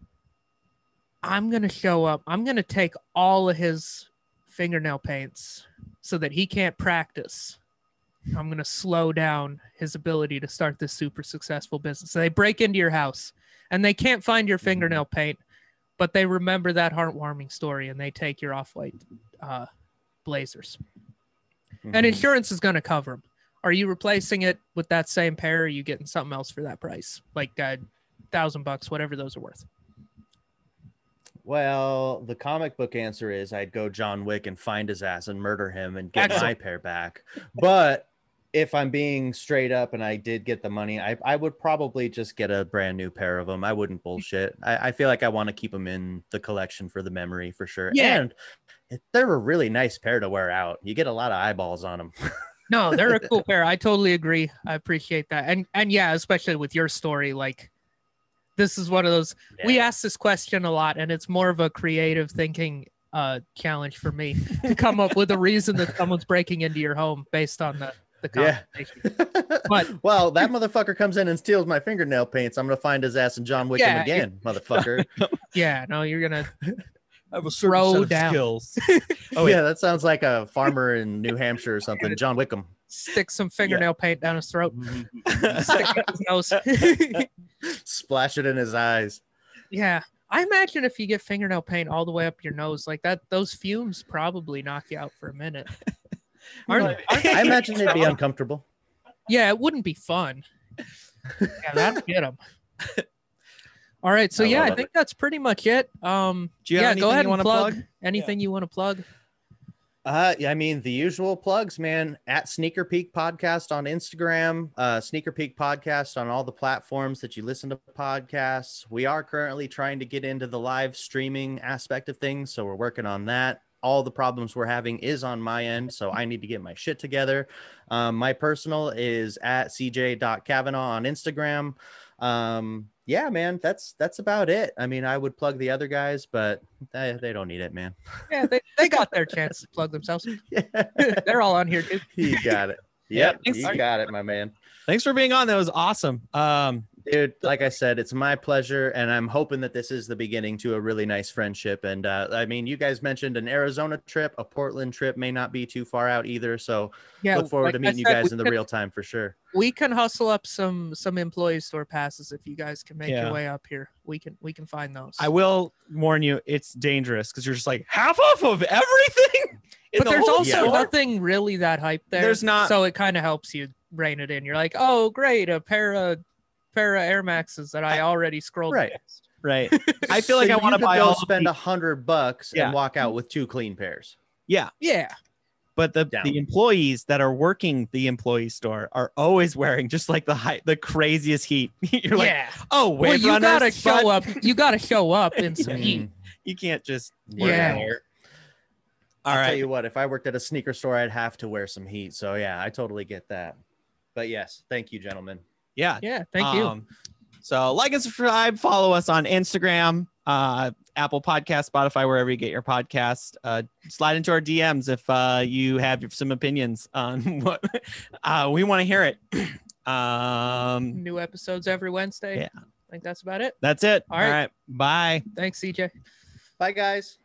Speaker 2: I'm gonna show up. I'm gonna take all of his fingernail paints so that he can't practice. I'm gonna slow down his ability to start this super successful business. So they break into your house and they can't find your fingernail paint but they remember that heartwarming story and they take your off-white uh, blazers. And
Speaker 1: Mm-hmm.
Speaker 2: insurance is going to cover them. Are you replacing it with that same pair? Or are you getting something else for that price, like a thousand bucks, whatever those are worth?
Speaker 1: Well, the comic book answer is I'd go John Wick and find his ass and murder him and get my
Speaker 2: Excellent.
Speaker 1: pair back. But if I'm being straight up and I did get the money, I, I would probably just get a brand new pair of them. I wouldn't bullshit. I, I feel like I want to keep them in the collection for the memory for sure.
Speaker 2: Yeah.
Speaker 1: And they're a really nice pair to wear out. You get a lot of eyeballs on them.
Speaker 2: No, they're a cool pair. I totally agree. I appreciate that. And and yeah, especially with your story, like this is one of those we ask this question a lot and it's more of a creative thinking uh challenge for me to come up with a reason that someone's breaking into your home based on the the
Speaker 1: Yeah.
Speaker 2: conversation.
Speaker 1: but well, that motherfucker comes in and steals my fingernail paints. I'm gonna find his ass and John Wick
Speaker 2: Yeah.
Speaker 1: him again, motherfucker.
Speaker 2: Yeah, no, you're gonna
Speaker 3: I have a
Speaker 2: certain Throw set of down.
Speaker 3: skills. Oh,
Speaker 1: Oh
Speaker 3: wait.
Speaker 1: yeah, that sounds like a farmer in New Hampshire or something. John Wickham.
Speaker 2: stick some fingernail paint down his throat,
Speaker 1: Mm-hmm.
Speaker 2: stick it up his nose.
Speaker 1: Splash it in his eyes.
Speaker 2: yeah. I imagine if you get fingernail paint all the way up your nose like that, those fumes probably knock you out for a minute. Aren't-
Speaker 1: I imagine it'd be uncomfortable.
Speaker 2: Yeah, it wouldn't be fun. Yeah, that'd get them. All right, so
Speaker 1: I
Speaker 2: yeah,
Speaker 1: love
Speaker 2: I
Speaker 1: it.
Speaker 2: think that's pretty much it. Um,
Speaker 3: Do you
Speaker 2: yeah,
Speaker 3: have anything
Speaker 2: go ahead and
Speaker 3: you wanna
Speaker 2: plug,
Speaker 3: plug?
Speaker 2: anything you want to plug.
Speaker 1: Uh, yeah, I mean the usual plugs, man. At Sneaker Peak Podcast on Instagram, uh, Sneaker Peak Podcast on all the platforms that you listen to podcasts. We are currently trying to get into the live streaming aspect of things, so we're working on that. All the problems we're having is on my end, so I need to get my shit together. Um, my personal is at cj.cavanaugh on Instagram. Um, yeah, man, that's that's about it. I mean, I would plug the other guys, but they, they don't need it, man.
Speaker 2: Yeah, they, they got their chance to plug themselves. They're all on here too.
Speaker 1: You got it.
Speaker 3: Yeah,
Speaker 1: Yep,
Speaker 3: thanks.
Speaker 1: you got it, my man.
Speaker 3: Thanks for being on. That was awesome. Um,
Speaker 1: Dude, like I said, it's my pleasure, and I'm hoping that this is the beginning to a really nice friendship. And uh, I mean, you guys mentioned an Arizona trip, a Portland trip may not be too far out either. So
Speaker 2: Yeah,
Speaker 1: look forward
Speaker 2: like
Speaker 1: to
Speaker 2: I
Speaker 1: meeting you
Speaker 2: said,
Speaker 1: guys
Speaker 2: we
Speaker 1: in the
Speaker 2: can-
Speaker 1: real time for sure.
Speaker 2: We can hustle up some some employee store passes if you guys can make
Speaker 3: Yeah.
Speaker 2: your way up here. We can we can find those.
Speaker 3: I will warn you, it's dangerous because you're just like half off of everything. in
Speaker 2: but
Speaker 3: the
Speaker 2: there's
Speaker 3: whole
Speaker 2: also
Speaker 3: store."
Speaker 2: nothing really that hype there.
Speaker 3: There's not-
Speaker 2: so it kind of helps you rein it in. You're like, oh great, a pair of pair of Air Maxes that I already scrolled.
Speaker 1: Right.
Speaker 2: past."
Speaker 3: right. I feel like
Speaker 1: So
Speaker 3: I
Speaker 1: you
Speaker 3: want to
Speaker 1: could
Speaker 3: buy
Speaker 1: go
Speaker 3: all. Spend
Speaker 1: spend a hundred bucks
Speaker 3: Yeah.
Speaker 1: and walk out with two clean pairs.
Speaker 2: Yeah.
Speaker 3: but the,
Speaker 1: down.
Speaker 3: the employees that are working the employee store are always wearing just like the high, the craziest heat. you're like,
Speaker 2: yeah.
Speaker 3: oh,
Speaker 2: well,
Speaker 3: wave
Speaker 2: you
Speaker 3: runners,
Speaker 2: gotta
Speaker 3: but
Speaker 2: show up. You gotta show up in some heat.
Speaker 1: Mm,
Speaker 3: You can't just.
Speaker 1: we're
Speaker 2: Yeah.
Speaker 1: out here.
Speaker 3: All
Speaker 1: I'll tell
Speaker 3: right.
Speaker 1: you what, if I worked at a sneaker store, I'd have to wear some heat. So yeah, I totally get that. But yes, thank you, gentlemen.
Speaker 3: Yeah.
Speaker 2: Yeah. Thank you.
Speaker 3: Um, so like and subscribe, follow us on Instagram, uh, Apple Podcast, Spotify, wherever you get your podcast. Uh, slide into our DMs if uh, you have some opinions on what uh, we want to hear it. Um,
Speaker 2: New episodes every Wednesday.
Speaker 3: Yeah.
Speaker 2: I think that's about it.
Speaker 3: that's it.
Speaker 2: All right.
Speaker 3: All right. Bye.
Speaker 2: Thanks, CJ.
Speaker 1: Bye, guys.